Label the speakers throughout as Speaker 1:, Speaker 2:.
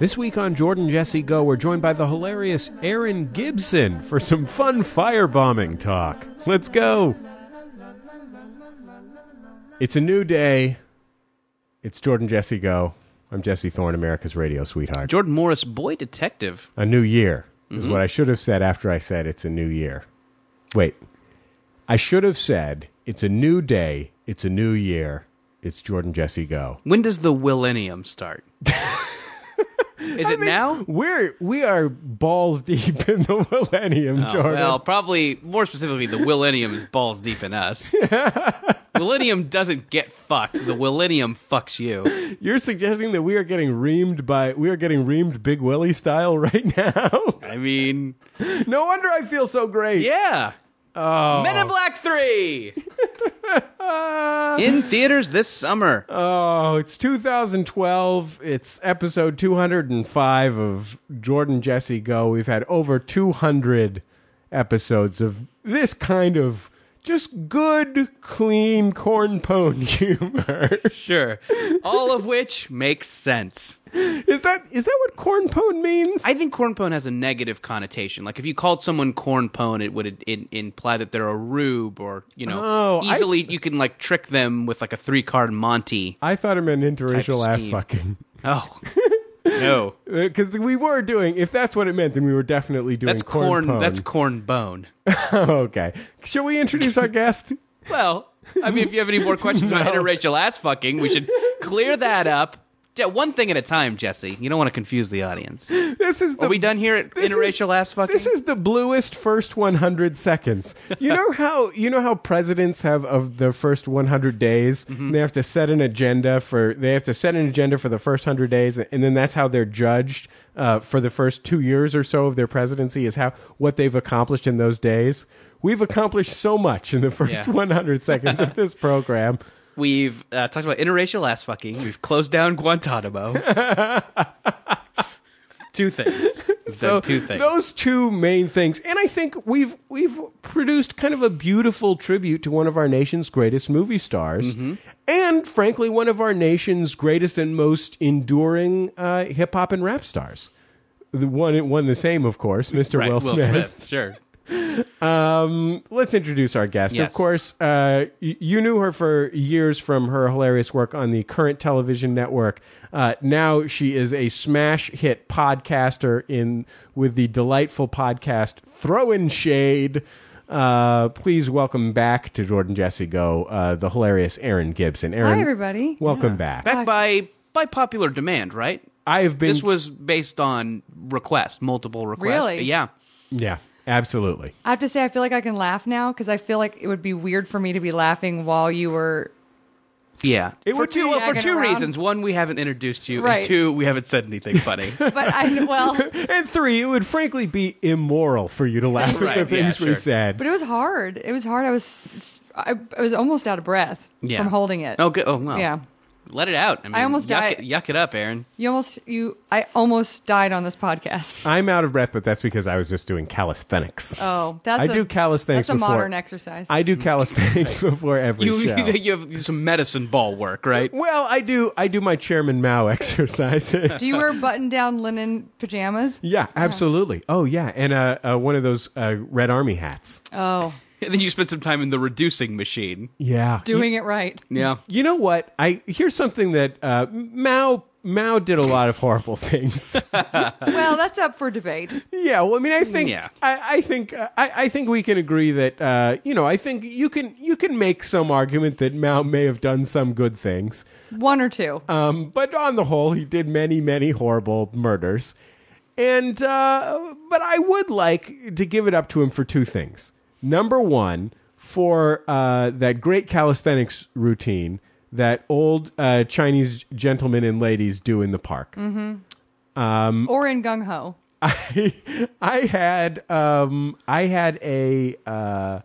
Speaker 1: This week on Jordan Jesse Go, we're joined by the hilarious Aaron Gibson for some fun firebombing talk. Let's go. It's a new day. It's Jordan Jesse Go. I'm Jesse Thorne, America's radio sweetheart.
Speaker 2: Jordan Morris, boy detective.
Speaker 1: A new year
Speaker 2: Mm-hmm.
Speaker 1: is what I should have said after I said it's a new year. Wait. I should have said it's a new day, it's a new year, it's Jordan Jesse Go.
Speaker 2: When does the millennium start? Is it now?
Speaker 1: We're we are balls deep in the millennium,
Speaker 2: Oh,
Speaker 1: Jordan.
Speaker 2: well, probably more specifically, the millennium is balls deep in us. millennium doesn't get fucked. The millennium fucks you.
Speaker 1: You're suggesting that we are getting reamed by we are getting reamed Big Willie style right now.
Speaker 2: I mean,
Speaker 1: no wonder I feel so great.
Speaker 2: yeah.
Speaker 1: Oh.
Speaker 2: Men in Black Three in theaters this summer.
Speaker 1: Oh, it's 2012. It's episode 205 of Jordan Jesse Go. We've had over 200 episodes of this kind of just good, clean corn pone humor.
Speaker 2: Sure. All of which makes sense.
Speaker 1: is that is that what corn pone means?
Speaker 2: I think cornpone has a negative connotation. Like if you called someone cornpone, it would it, imply that they're a rube or you know
Speaker 1: Oh, I-
Speaker 2: easily you can like trick them with like a three card Monty.
Speaker 1: I thought it meant interracial ass
Speaker 2: scheme.
Speaker 1: fucking.
Speaker 2: Oh no,
Speaker 1: Because we were doing, if that's what it meant, then we were definitely doing
Speaker 2: that's corn.
Speaker 1: pone.
Speaker 2: That's cornbone.
Speaker 1: okay. Shall we introduce our guest?
Speaker 2: Well, I mean, if you have any more questions about interracial ass fucking, we should clear that up. Je- One thing at a time, Jesse. You don't want to confuse the audience. Are
Speaker 1: This is the
Speaker 2: we done here at
Speaker 1: This is-
Speaker 2: interracial ass fucking?
Speaker 1: This is the bluest first 100 seconds. You know how you know how presidents have of their first 100 days.
Speaker 2: Mm-hmm.
Speaker 1: They have to set an agenda for they have to set an agenda for the first 100 days, and then that's how they're judged uh, for the first two years or so of their presidency is how what they've accomplished in those days. We've accomplished so much in the first
Speaker 2: Yeah.
Speaker 1: 100 seconds of this program.
Speaker 2: We've uh, talked about interracial ass fucking. We've closed down Guantanamo. two things. So two things.
Speaker 1: Those two main things, and I think we've we've produced kind of a beautiful tribute to one of our nation's greatest movie stars,
Speaker 2: Mm-hmm.
Speaker 1: and frankly, one of our nation's greatest and most enduring uh, hip hop and rap stars. The one one the same, of course, Mr.
Speaker 2: right,
Speaker 1: Will Smith.
Speaker 2: Sure.
Speaker 1: Um, let's introduce our guest.
Speaker 2: Yes.
Speaker 1: Of course, uh, y- you knew her for years from her hilarious work on the current television network. Uh, now she is a smash hit podcaster in with the delightful podcast Throw in Shade. Uh, please welcome back to Jordan Jesse Go uh, the hilarious Aaron Gibson. Aaron,
Speaker 3: Hi, everybody.
Speaker 1: welcome back.
Speaker 2: Back by by popular demand, right?
Speaker 1: I have been.
Speaker 2: This was based on request, multiple requests.
Speaker 3: Really?
Speaker 2: Yeah.
Speaker 1: yeah, absolutely.
Speaker 3: I have to say, I feel like I can laugh now because I feel like it would be weird for me to be laughing while you were.
Speaker 2: Yeah.
Speaker 1: It
Speaker 2: for
Speaker 1: would be
Speaker 2: two, well, for
Speaker 3: dragging
Speaker 2: two
Speaker 3: around.
Speaker 2: reasons. One, we haven't introduced you,
Speaker 3: Right.
Speaker 2: and two, we haven't said anything funny.
Speaker 3: But I well,
Speaker 1: And three, it would frankly be immoral for you to laugh
Speaker 2: Right,
Speaker 1: at the
Speaker 2: yeah,
Speaker 1: things we
Speaker 2: sure.
Speaker 1: said.
Speaker 3: but it was hard. It was hard. I was I, I was almost out of breath
Speaker 2: Yeah.
Speaker 3: from holding it.
Speaker 2: oh, good. Oh, well.
Speaker 3: Yeah.
Speaker 2: Let it out. I, mean,
Speaker 3: almost
Speaker 2: yuck
Speaker 3: died.
Speaker 2: It, yuck it up, Aaron.
Speaker 3: You almost you. I almost died on this podcast.
Speaker 1: I'm out of breath, but that's because I was just doing calisthenics.
Speaker 3: Oh, that's
Speaker 1: I
Speaker 3: a
Speaker 1: do calisthenics
Speaker 3: That's a
Speaker 1: before.
Speaker 3: modern exercise.
Speaker 1: I do calisthenics before every
Speaker 2: You,
Speaker 1: show.
Speaker 2: you have some medicine ball work, right?
Speaker 1: well, I do. I do my Chairman Mao exercises.
Speaker 3: do you Uh-huh. wear button-down linen pajamas?
Speaker 1: yeah, absolutely. Oh yeah, and uh, uh, one of those uh, Red Army hats.
Speaker 3: Oh,
Speaker 2: And then you spent some time in the reducing machine.
Speaker 1: Yeah.
Speaker 3: doing it right.
Speaker 2: Yeah.
Speaker 1: You know what? I here's something that uh, Mao Mao did a lot of horrible things.
Speaker 3: Well, that's up for debate.
Speaker 1: Yeah, well, I mean, I think,
Speaker 2: Yeah.
Speaker 1: I, I think, uh, I, I think we can agree that, uh, you know, I think you can, you can make some argument that Mao may have done some good things,
Speaker 3: One or two.
Speaker 1: um, but on the whole, he did many, many horrible murders, and, uh, but I would like to give it up to him for two things. Number one, for uh, that great calisthenics routine that old uh, Chinese gentlemen and ladies do in the park. Um,
Speaker 3: Or in Gung Ho.
Speaker 1: I I had um I had a uh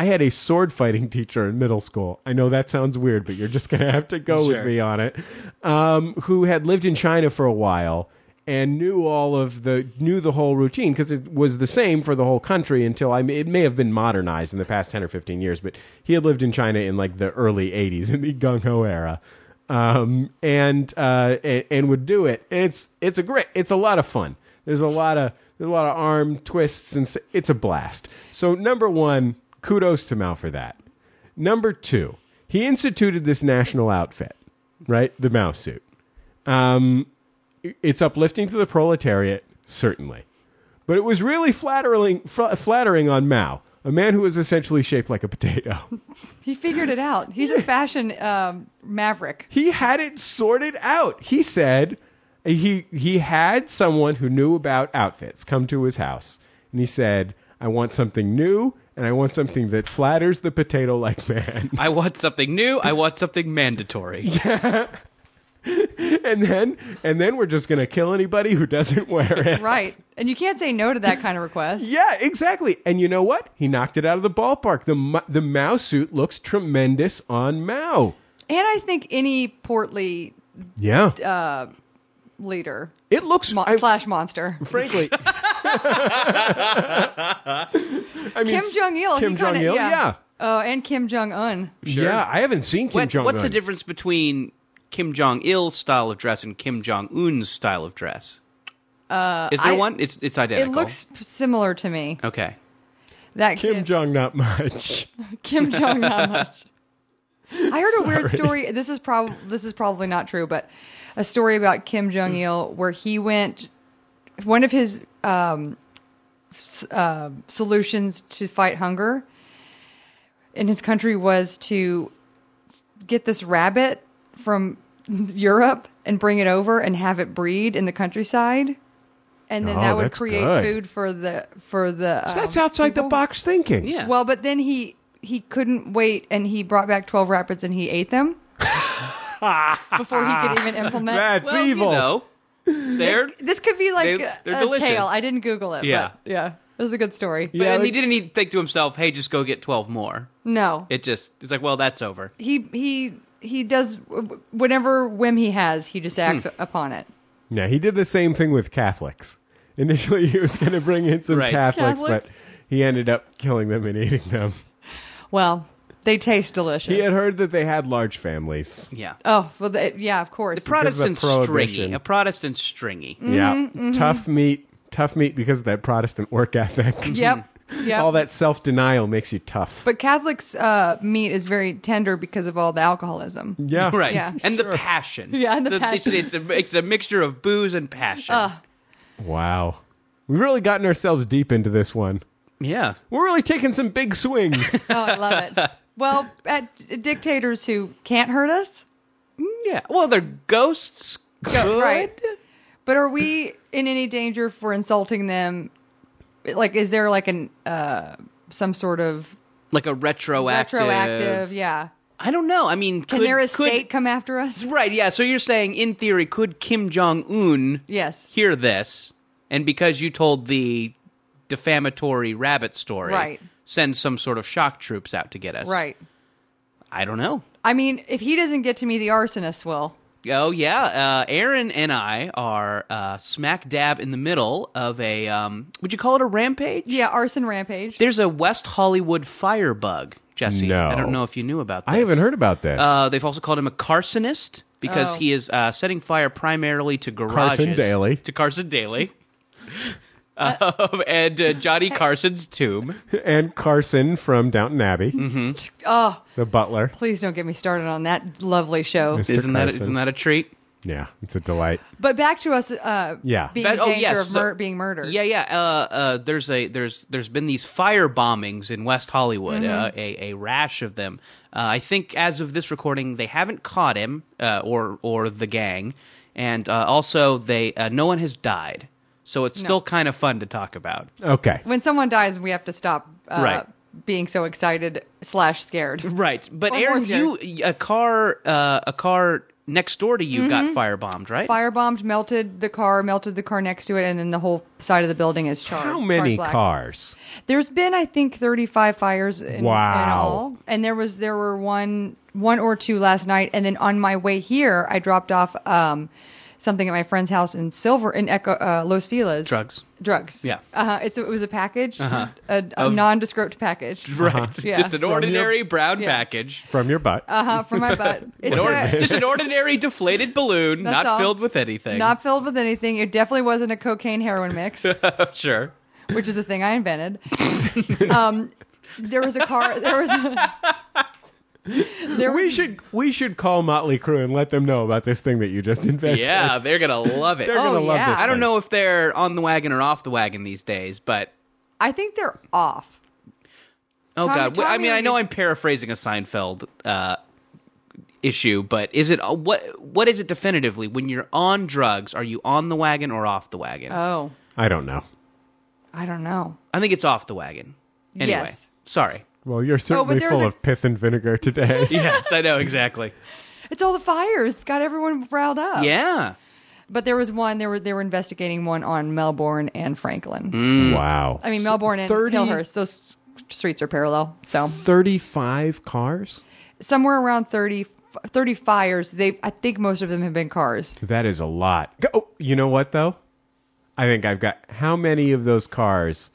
Speaker 1: I had a sword fighting teacher in middle school. I know that sounds weird, but you're just gonna have to go with
Speaker 4: Sure.
Speaker 1: me on it. Um, who had lived in China for a while and knew all of the knew the whole routine because it was the same for the whole country until I it may have been modernized in the past ten or fifteen years, but he had lived in China in like the early '80s in the gung ho era um, and, uh, and and would do it. And it's it's a great, it's a lot of fun. There's a lot of there's a lot of arm twists and s- it's a blast. So number one, kudos to Mal for that. Number two, he instituted this national outfit, right? The mouse suit. Um, i- it's uplifting to the proletariat, certainly, but it was really flattering fl- flattering on Mao, a man who was essentially shaped like a potato.
Speaker 3: He figured it out. He's a fashion um, maverick.
Speaker 1: he had it sorted out. He said he he had someone who knew about outfits come to his house, and he said, "I want something new, and I want something that flatters the potato-like man."
Speaker 2: I want something new. I want something mandatory.
Speaker 1: and then and then we're just gonna kill anybody who doesn't wear it.
Speaker 3: Right. And you can't say no to that kind of request.
Speaker 1: Yeah, exactly. And you know what? He knocked it out of the ballpark. The Ma- the Mao suit looks tremendous on Mao.
Speaker 3: And I think any portly
Speaker 1: Yeah,
Speaker 3: uh, leader
Speaker 1: it looks.
Speaker 3: mon-
Speaker 1: I-
Speaker 3: slash monster.
Speaker 1: frankly. I mean,
Speaker 3: Kim Jong Il.
Speaker 1: Kim Jong Il, yeah.
Speaker 3: Oh, and Kim Jong Un.
Speaker 2: Sure.
Speaker 1: Yeah, I haven't seen Kim
Speaker 2: What-
Speaker 1: Jong.
Speaker 2: what's the difference between Kim Jong Il's style of dress and Kim Jong Un's style of dress?
Speaker 3: Uh,
Speaker 2: Is there
Speaker 3: I-
Speaker 2: one? It's it's
Speaker 3: It
Speaker 2: identical.
Speaker 3: looks similar to me.
Speaker 2: okay.
Speaker 3: That
Speaker 1: Kim
Speaker 3: kid-
Speaker 1: Jong? Not much.
Speaker 3: Kim Jong not much. I heard a weird
Speaker 1: Sorry.
Speaker 3: story. This is probably this is probably not true, but a story about Kim Jong Il where he went. One of his um, s- uh, solutions to fight hunger in his country was to get this rabbit from Europe and bring it over and have it breed in the countryside, and then
Speaker 1: Oh,
Speaker 3: that would
Speaker 1: that's
Speaker 3: create
Speaker 1: good.
Speaker 3: food for the for the.
Speaker 1: So that's
Speaker 3: um,
Speaker 1: outside the
Speaker 3: people.
Speaker 1: box thinking.
Speaker 2: Yeah.
Speaker 3: Well, but then he he couldn't wait, and he brought back twelve rapids, and he ate them before he could even implement.
Speaker 1: That's
Speaker 2: well,
Speaker 1: evil.
Speaker 2: You know, they're
Speaker 3: this could be like
Speaker 2: They-
Speaker 3: a-
Speaker 2: they're
Speaker 3: a
Speaker 2: delicious.
Speaker 3: tale. I didn't Google it.
Speaker 2: Yeah.
Speaker 3: but yeah. It was a good story.
Speaker 2: but,
Speaker 1: Yeah,
Speaker 2: and he
Speaker 1: like-
Speaker 2: didn't even think to himself, "Hey, just go get 12 more."
Speaker 3: No,
Speaker 2: It just it's like, "Well, that's over."
Speaker 3: he he he does whatever whim he has. He just acts
Speaker 1: Hmm.
Speaker 3: upon it.
Speaker 1: Yeah, he did the same thing with Catholics. Initially, he was going to bring in some
Speaker 2: Right.
Speaker 1: Catholics,
Speaker 3: Catholics?
Speaker 1: but he ended up killing them and eating them.
Speaker 3: Well, they taste delicious.
Speaker 1: He had heard that they had large families.
Speaker 2: Yeah.
Speaker 3: oh well, they, yeah, of course.
Speaker 2: Protestant stringy.
Speaker 1: prohibition.
Speaker 2: A Protestant stringy.
Speaker 3: Mm-hmm,
Speaker 1: yeah, tough meat, tough meat because of that Protestant work ethic.
Speaker 3: yep. Yep.
Speaker 1: All that self denial makes you tough.
Speaker 3: But Catholics' uh, meat is very tender because of all the alcoholism.
Speaker 1: yeah,
Speaker 2: Right.
Speaker 3: Yeah.
Speaker 2: And the passion. Uh.
Speaker 3: Yeah, and the passion.
Speaker 2: It's, it's, a, it's a mixture of booze and passion.
Speaker 3: Ah.
Speaker 1: Wow, we've really gotten ourselves deep into this one.
Speaker 2: yeah.
Speaker 1: We're really taking some big swings.
Speaker 3: Oh, I love it. Well, at dictators who can't hurt us,
Speaker 2: Yeah. Well, they're ghosts.
Speaker 3: Yeah,
Speaker 2: could.
Speaker 3: right. but are we in any danger for insulting them? Like, is there like an uh, some sort of
Speaker 2: Like a retroactive.
Speaker 3: retroactive? Yeah.
Speaker 2: I don't know. I mean,
Speaker 3: Can
Speaker 2: could,
Speaker 3: their
Speaker 2: could-
Speaker 3: estate come after us?
Speaker 2: Right. Yeah. So you're saying, in theory, could Kim Jong Un
Speaker 3: Yes.
Speaker 2: hear this, and because you told the defamatory rabbit story,
Speaker 3: Right.
Speaker 2: send some sort of shock troops out to get us?
Speaker 3: Right.
Speaker 2: I don't know.
Speaker 3: I mean, if he doesn't get to me, the arsonist will.
Speaker 2: Oh yeah, uh, Aaron and I are uh, smack dab in the middle of a. Um, would you call it a rampage?
Speaker 3: Yeah, arson rampage.
Speaker 2: There's a West Hollywood firebug, Jesse.
Speaker 1: No.
Speaker 2: I don't know if you knew about this.
Speaker 1: I haven't heard about this.
Speaker 2: Uh, they've also called him a Carsonist because
Speaker 3: Oh.
Speaker 2: he is uh, setting fire primarily to garages.
Speaker 1: Carson Daly.
Speaker 2: To Carson Daly. um, and uh, Johnny Carson's tomb.
Speaker 1: and Carson from Downton Abbey,
Speaker 2: Mm-hmm.
Speaker 3: oh,
Speaker 1: the butler.
Speaker 3: please don't get me started on that lovely show.
Speaker 1: Mr.
Speaker 2: Isn't that
Speaker 1: Carson.
Speaker 2: isn't that a treat?
Speaker 1: Yeah, it's a delight.
Speaker 3: But back to us uh,
Speaker 1: Yeah.
Speaker 3: being
Speaker 2: That-
Speaker 3: in
Speaker 2: oh,
Speaker 3: danger
Speaker 2: yes,
Speaker 3: of mur-
Speaker 2: so-
Speaker 3: being murdered.
Speaker 2: Yeah, yeah. Uh, uh, there's a there's there's been these fire bombings in West Hollywood, uh, a a rash of them. Uh, I think as of this recording, they haven't caught him uh, or or the gang, and uh, also they uh, no one has died, so it's still kind of fun to talk about.
Speaker 1: Okay.
Speaker 3: when someone dies, we have to stop uh,
Speaker 2: Right.
Speaker 3: being so excited slash scared.
Speaker 2: Right, but
Speaker 3: Or more
Speaker 2: Aaron,
Speaker 3: scared.
Speaker 2: you a car uh, a car next door to you
Speaker 3: Mm-hmm.
Speaker 2: got firebombed, right?
Speaker 3: Firebombed, melted the car, melted the car next to it, and then the whole side of the building is charred.
Speaker 1: How many
Speaker 3: charred black.
Speaker 1: cars?
Speaker 3: There's been, I think, 35 fires in, in
Speaker 1: Wow.
Speaker 3: all, and there was there were one one or two last night, and then on my way here, I dropped off um, something at my friend's house in Silver in Echo, uh, Los Feliz.
Speaker 2: Drugs.
Speaker 3: Drugs.
Speaker 2: Yeah.
Speaker 3: Uh, it's it was a package,
Speaker 2: Uh-huh.
Speaker 3: a, a
Speaker 2: Of-
Speaker 3: nondescript package.
Speaker 2: Right.
Speaker 3: Yeah.
Speaker 2: Just an
Speaker 3: From
Speaker 2: ordinary brown
Speaker 3: Yeah.
Speaker 2: package.
Speaker 1: From your butt.
Speaker 3: Uh huh. For my butt. It's
Speaker 2: An or-
Speaker 3: a-
Speaker 2: just an ordinary deflated balloon,
Speaker 3: That's
Speaker 2: not
Speaker 3: all.
Speaker 2: filled with anything.
Speaker 3: not filled with anything. It definitely wasn't a cocaine heroin mix.
Speaker 2: sure.
Speaker 3: which is a thing I invented. um, there was a car. There was. A, there
Speaker 1: we
Speaker 3: was,
Speaker 1: should we should call Motley Crue and let them know about this thing that you just invented.
Speaker 2: Yeah, they're gonna love it.
Speaker 1: They're
Speaker 3: Oh,
Speaker 1: gonna love
Speaker 3: yeah.
Speaker 1: this.
Speaker 2: I don't
Speaker 1: thing.
Speaker 2: know if they're on the wagon or off the wagon these days, but
Speaker 3: I think they're off.
Speaker 2: oh
Speaker 3: Tommy-
Speaker 2: god, I
Speaker 3: Tommy
Speaker 2: mean, I know
Speaker 3: is-
Speaker 2: I'm paraphrasing a Seinfeld uh, issue, but is it uh, what what is it definitively? When you're on drugs, are you on the wagon or off the wagon?
Speaker 3: Oh,
Speaker 1: I don't know.
Speaker 3: I don't know.
Speaker 2: I think it's off the wagon. Anyway,
Speaker 3: Yes.
Speaker 2: sorry.
Speaker 1: Well, you're certainly
Speaker 3: Oh, there's
Speaker 1: full
Speaker 3: a-
Speaker 1: of pith and vinegar today.
Speaker 2: Yes, I know exactly.
Speaker 3: It's all the fires. It's got everyone riled up.
Speaker 2: Yeah.
Speaker 3: But there was one. They were they were investigating one on Melbourne and Franklin.
Speaker 1: Mm. Wow.
Speaker 3: Mm. I mean Melbourne and
Speaker 1: 30
Speaker 3: Hillhurst. Those streets are parallel. So
Speaker 1: Thirty-five cars.
Speaker 3: somewhere around 30, 30 fires. They I think most of them have been cars.
Speaker 1: That is a lot. Go- Oh, you know what though? I think I've got how many of those cars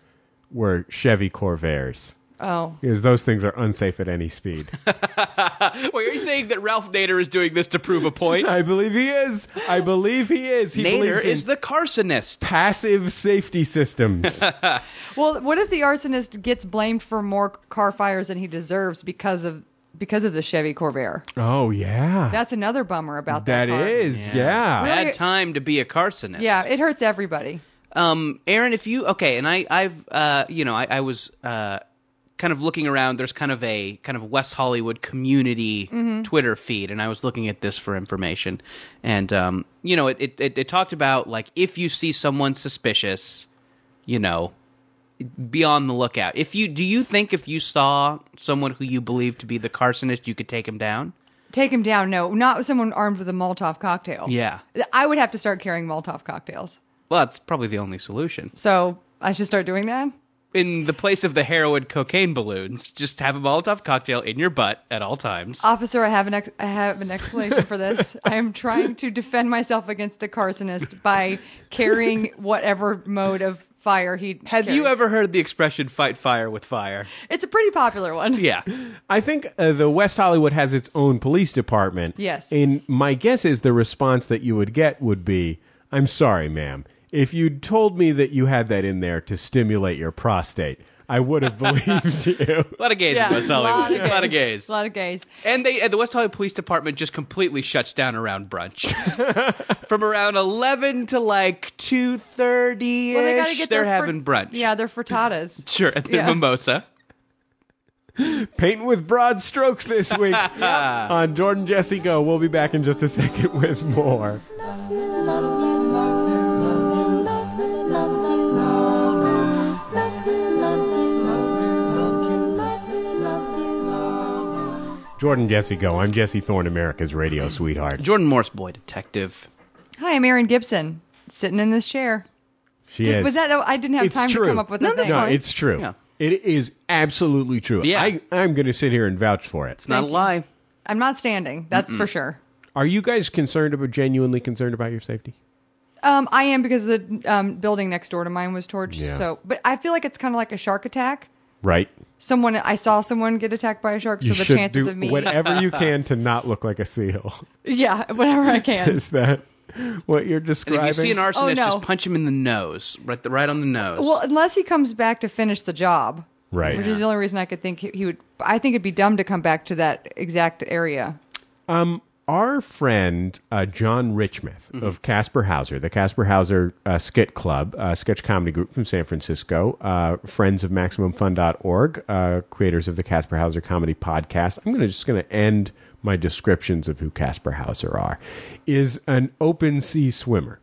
Speaker 1: were Chevy Corvairs?
Speaker 3: Oh,
Speaker 1: Because those things are unsafe at any speed.
Speaker 2: Wait, are you saying that Ralph Nader is doing this to prove a point?
Speaker 1: I believe he is. I believe he is. He
Speaker 2: Nader
Speaker 1: believes in
Speaker 2: is the Carsonist.
Speaker 1: passive safety systems.
Speaker 3: Well, what if the arsonist gets blamed for more car fires than he deserves because of because of the Chevy Corvair?
Speaker 1: oh yeah.
Speaker 3: That's another bummer about that.
Speaker 1: That
Speaker 3: car.
Speaker 1: is,
Speaker 3: Really?
Speaker 1: yeah.
Speaker 2: Bad time to be a Carsonist.
Speaker 3: Yeah, it hurts everybody.
Speaker 2: Um, Aaron, if you okay, and I, I've, uh, you know, I, I was uh, kind of looking around. There's kind of a kind of West Hollywood community Twitter feed, and I was looking at this for information, and um, you know, it, it it it talked about like if you see someone suspicious, you know, be on the lookout. If you do, you think if you saw someone who you believed to be the Carsonist, you could take him down?
Speaker 3: Take him down. No, not someone armed with a Molotov cocktail.
Speaker 2: Yeah.
Speaker 3: I would have to start carrying Molotov cocktails.
Speaker 2: Well, that's probably the only solution.
Speaker 3: So I should start doing that.
Speaker 2: in the place of the heroin cocaine balloons, just have a Molotov cocktail in your butt at all times.
Speaker 3: Officer, I have an ex- I have an explanation for this. I am trying to defend myself against the Carsonist by carrying whatever mode of fire he.
Speaker 2: have you
Speaker 3: carries.
Speaker 2: ever heard the expression "fight fire with fire"?
Speaker 3: It's a pretty popular one.
Speaker 2: Yeah,
Speaker 1: I think uh, the West Hollywood has its own police department.
Speaker 3: Yes.
Speaker 1: And my guess is the response that you would get would be, "I'm sorry, ma'am. If you'd told me that you had that in there to stimulate your prostate, I would have believed you."
Speaker 2: a lot of gays
Speaker 3: Yeah,
Speaker 2: in West Hollywood. A lot of gays.
Speaker 3: A lot of gays.
Speaker 2: And they, and the West Hollywood Police Department just completely shuts down around brunch, from around eleven to like two thirty
Speaker 3: Well, they gotta
Speaker 2: ish.
Speaker 3: get
Speaker 2: They're
Speaker 3: their fr-
Speaker 2: having brunch.
Speaker 3: Yeah, they're frittatas.
Speaker 2: sure, at the
Speaker 3: Yeah.
Speaker 2: mimosa.
Speaker 1: Paint with broad strokes this week on Jordan Jesse Go. We'll be back in just a second with more. Jordan Jesse Go. I'm Jesse Thorne, America's radio sweetheart.
Speaker 2: Jordan Morse, boy detective.
Speaker 3: Hi, I'm Erin Gibson, sitting in this chair.
Speaker 1: She
Speaker 3: Did,
Speaker 1: is.
Speaker 3: Was that? I didn't have
Speaker 1: it's
Speaker 3: time
Speaker 1: true.
Speaker 3: to come up with a thing.
Speaker 1: No, it's true.
Speaker 2: Yeah.
Speaker 1: It is absolutely true.
Speaker 2: Yeah.
Speaker 1: I, I'm going to sit here and vouch for it.
Speaker 2: It's not a lie.
Speaker 3: I'm not standing. That's for sure.
Speaker 1: Are you guys concerned about genuinely concerned about your safety?
Speaker 3: Um, I am because the um, building next door to mine was torched.
Speaker 1: Yeah.
Speaker 3: So, but I feel like it's kind of like a shark attack.
Speaker 1: Right.
Speaker 3: Someone I saw someone get attacked by a shark,
Speaker 1: you
Speaker 3: so the
Speaker 1: should
Speaker 3: chances
Speaker 1: do
Speaker 3: of me,
Speaker 1: whatever you can to not look like a seal.
Speaker 3: yeah, whatever I can.
Speaker 1: Is that what you're
Speaker 2: And
Speaker 1: describing?
Speaker 2: if you see an arsonist,
Speaker 3: Oh, no.
Speaker 2: just punch him in the nose, right, the, right on the nose.
Speaker 3: Well, unless he comes back to finish the job,
Speaker 1: right.
Speaker 3: which is the only reason I could think he, he would. I think it'd be dumb to come back to that exact area.
Speaker 1: Um, our friend uh, John Richmouth of Casper Hauser, the Casper Hauser uh, Skit Club, uh, sketch comedy group from San Francisco, uh, friends of MaximumFun.org, uh, creators of the Casper Hauser Comedy Podcast. I'm gonna just going to end my descriptions of who Casper Hauser are. Is an open sea swimmer.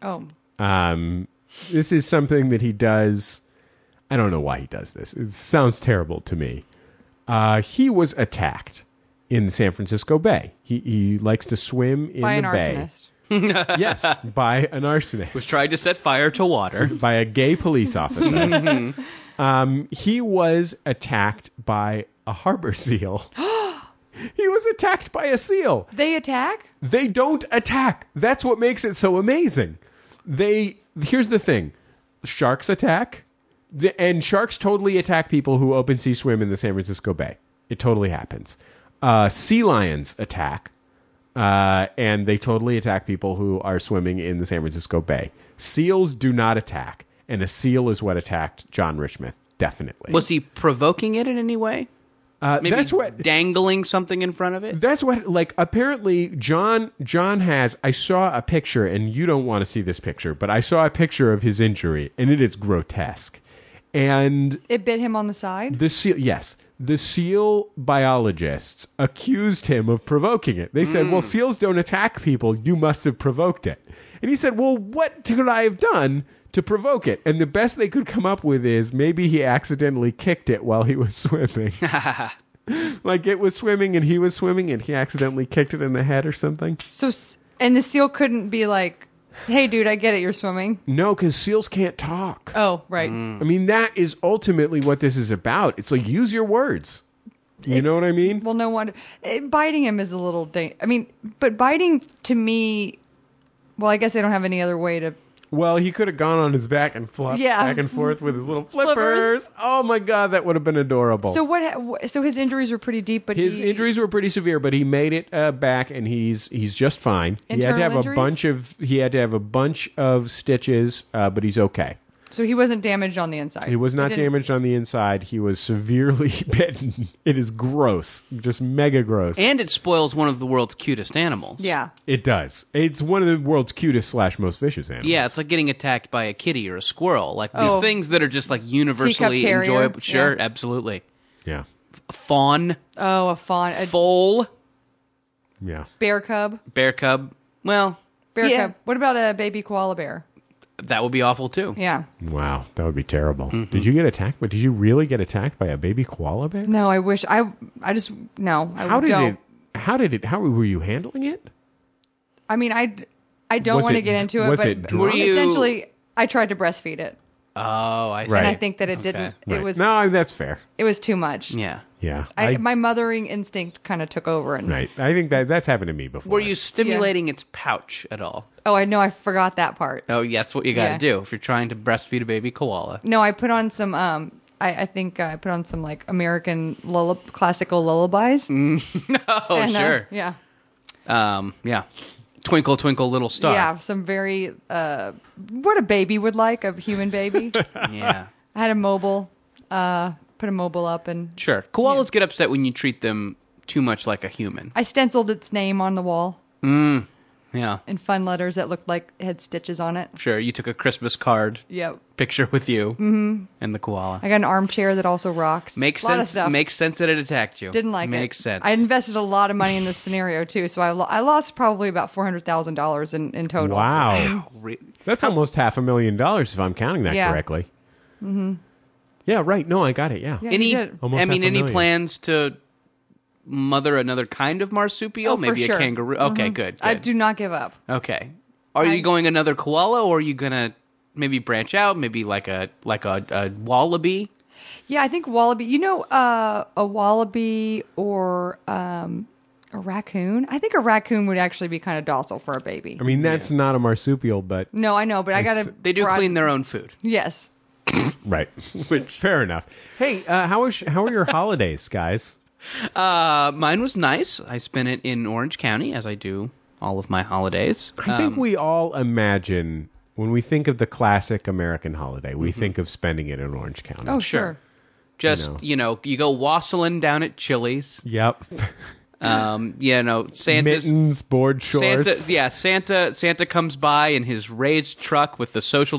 Speaker 3: Oh,
Speaker 1: Um, this is something that he does. I don't know why he does this. It sounds terrible to me. Uh, he was attacked in the San Francisco Bay. He, he likes to swim in
Speaker 3: by
Speaker 1: the
Speaker 3: an
Speaker 1: bay.
Speaker 3: arsonist.
Speaker 1: Yes, by an arsonist.
Speaker 2: was tried to set fire to water.
Speaker 1: by a gay police officer. um, he was attacked by a harbor seal. he was attacked by a seal.
Speaker 3: They attack?
Speaker 1: They don't attack. That's what makes it so amazing. They here's the thing: sharks attack, The- and sharks totally attack people who open sea swim in the San Francisco Bay. It totally happens. Uh, sea lions attack, uh, and they totally attack people who are swimming in the San Francisco Bay. Seals do not attack, and a seal is what attacked John Richmond. Definitely.
Speaker 2: Was he provoking it in any way?
Speaker 1: uh,
Speaker 2: Maybe
Speaker 1: that's what
Speaker 2: dangling something in front of it.
Speaker 1: that's what like apparently John John has I saw a picture and you don't want to see this picture, but I saw a picture of his injury and it is grotesque. And
Speaker 3: It bit him on the side?
Speaker 1: the seal yes, the seal biologists accused him of provoking it. They said, "Well, seals don't attack people. You must have provoked it." And he said, "Well, what could I have done?" To provoke it, and the best they could come up with is maybe he accidentally kicked it while he was swimming. like it was swimming and he was swimming and he accidentally kicked it in the head or something.
Speaker 3: So s- and the seal couldn't be like, "Hey dude, I get it, you're swimming."
Speaker 1: No, because seals can't talk.
Speaker 3: Oh, right.
Speaker 1: I mean, that is ultimately what this is about. It's like use your words. You know what I mean?
Speaker 3: Well, no wonder eh, biting him is a little dang. I mean, but biting to me, well, I guess I don't have any other way to.
Speaker 1: Well, he could have gone on his back and flopped
Speaker 3: Yeah.
Speaker 1: back and forth with his little flippers.
Speaker 3: Flippers.
Speaker 1: Oh my god, that would have been adorable.
Speaker 3: So what? ha- wh- So his injuries were pretty deep, but
Speaker 1: his
Speaker 3: he,
Speaker 1: injuries were pretty severe, but he made it uh, back, and he's he's just fine. he had to
Speaker 3: Internal
Speaker 1: have a
Speaker 3: injuries?
Speaker 1: bunch of he had to have a bunch of stitches, uh, but he's okay.
Speaker 3: So he wasn't damaged on the inside.
Speaker 1: He was not
Speaker 3: didn't-
Speaker 1: damaged on the inside. He was severely bitten. It is gross, just mega gross.
Speaker 2: And it spoils one of the world's cutest animals.
Speaker 3: Yeah.
Speaker 1: it does. It's one of the world's cutest slash most vicious animals.
Speaker 2: Yeah, it's like getting attacked by a kitty or a squirrel. Like
Speaker 3: Oh.
Speaker 2: these things that are just like universally
Speaker 3: terrier,
Speaker 2: enjoyable. Sure,
Speaker 3: yeah.
Speaker 2: absolutely.
Speaker 1: yeah,
Speaker 2: Fawn,
Speaker 3: Oh, a fawn, a
Speaker 2: foal,
Speaker 1: yeah.
Speaker 3: bear cub,
Speaker 2: bear cub. Well,
Speaker 3: bear
Speaker 2: Yeah.
Speaker 3: cub. What about a baby koala bear?
Speaker 2: that would be awful too.
Speaker 3: Yeah.
Speaker 1: Wow, that would be terrible.
Speaker 2: Mm-hmm.
Speaker 1: Did you get attacked? But did you really get attacked by a baby koala bear?
Speaker 3: No, I wish I. I just no. I
Speaker 1: How did
Speaker 3: don't.
Speaker 1: it? How did it? How were you handling it?
Speaker 3: I mean, I. I don't
Speaker 1: Was
Speaker 3: want
Speaker 1: it-
Speaker 3: to get into it,
Speaker 1: was
Speaker 3: but
Speaker 1: it
Speaker 3: but
Speaker 1: drunk?
Speaker 2: Were you-
Speaker 3: essentially, I tried to breastfeed it,
Speaker 2: Oh, I see.
Speaker 1: Right.
Speaker 3: and I think that it didn't.
Speaker 1: Right.
Speaker 3: It was
Speaker 1: no, that's fair.
Speaker 3: it was too much.
Speaker 2: Yeah.
Speaker 1: Yeah,
Speaker 3: I, my mothering instinct kind of took over, and
Speaker 1: right. I think that that's happened to me before.
Speaker 2: Were you stimulating its pouch at all?
Speaker 3: oh, I know I forgot that part.
Speaker 2: Oh, yeah, that's what you got to
Speaker 3: Yeah.
Speaker 2: do if you're trying to breastfeed a baby koala.
Speaker 3: No, I put on some. Um, I, I think uh, I put on some like American lull- classical lullabies.
Speaker 2: Oh,
Speaker 3: and, uh,
Speaker 2: sure.
Speaker 3: yeah.
Speaker 2: Um, yeah. Twinkle, twinkle, little star.
Speaker 3: Yeah, some very uh, what a baby would like, a human baby.
Speaker 2: Yeah.
Speaker 3: I had a mobile, uh, put a mobile up, and
Speaker 2: Sure. Koalas get upset when you treat them too much like a human.
Speaker 3: I stenciled its name on the wall
Speaker 1: Mm.
Speaker 2: Yeah.
Speaker 3: in fun letters that looked like had stitches on it.
Speaker 2: Sure. You took a Christmas card
Speaker 3: Yep.
Speaker 2: picture with you and the koala.
Speaker 3: Mm-hmm. I got an armchair that also rocks.
Speaker 2: Makes
Speaker 3: a lot
Speaker 2: sense.
Speaker 3: Of stuff.
Speaker 2: Makes sense that it attacked you.
Speaker 3: Didn't like it.
Speaker 2: Makes sense.
Speaker 3: I invested a lot of money in this scenario too, so I, lo- I lost probably about four hundred thousand dollars in in total.
Speaker 1: Wow,
Speaker 2: Re-
Speaker 1: that's almost half a million dollars if I'm counting that
Speaker 3: Yeah.
Speaker 1: correctly. Mm-hmm. Yeah, right. No, I got it. Yeah.
Speaker 3: Yeah, you
Speaker 2: any?
Speaker 3: did.
Speaker 1: Almost
Speaker 2: I mean,
Speaker 1: half a
Speaker 2: any
Speaker 1: million.
Speaker 2: plans to mother another kind of marsupial?
Speaker 3: Oh, for
Speaker 2: Maybe
Speaker 3: sure.
Speaker 2: a kangaroo. Okay, good.
Speaker 3: I
Speaker 2: good.
Speaker 3: do not give up.
Speaker 2: Okay. Are
Speaker 3: I-
Speaker 2: you going another koala, or are you gonna maybe branch out? Maybe like a like a, a wallaby.
Speaker 3: Yeah, I think wallaby. You know, uh, a wallaby or um, a raccoon. I think a raccoon would actually be kind of docile for a baby.
Speaker 1: I mean, that's not a marsupial, but
Speaker 3: No, I know, but I
Speaker 1: It's-
Speaker 3: gotta.
Speaker 2: They do
Speaker 3: broad-
Speaker 2: clean their own food.
Speaker 3: Yes.
Speaker 1: right. Which fair enough. Hey, uh, how is how are your holidays, guys?
Speaker 2: Uh, mine was nice. I spent it in Orange County, as I do all of my holidays.
Speaker 1: I think
Speaker 2: Um,
Speaker 1: we all imagine when we think of the classic American holiday, we think of spending it in Orange County.
Speaker 3: mm-hmm. Oh, sure.
Speaker 2: just
Speaker 1: know.
Speaker 2: you know you go wassailing down at Chili's.
Speaker 1: Yep.
Speaker 2: Um, you know Santa's.
Speaker 1: Mittens, board shorts.
Speaker 2: Santa, yeah, Santa. Santa comes by in his raised truck with the social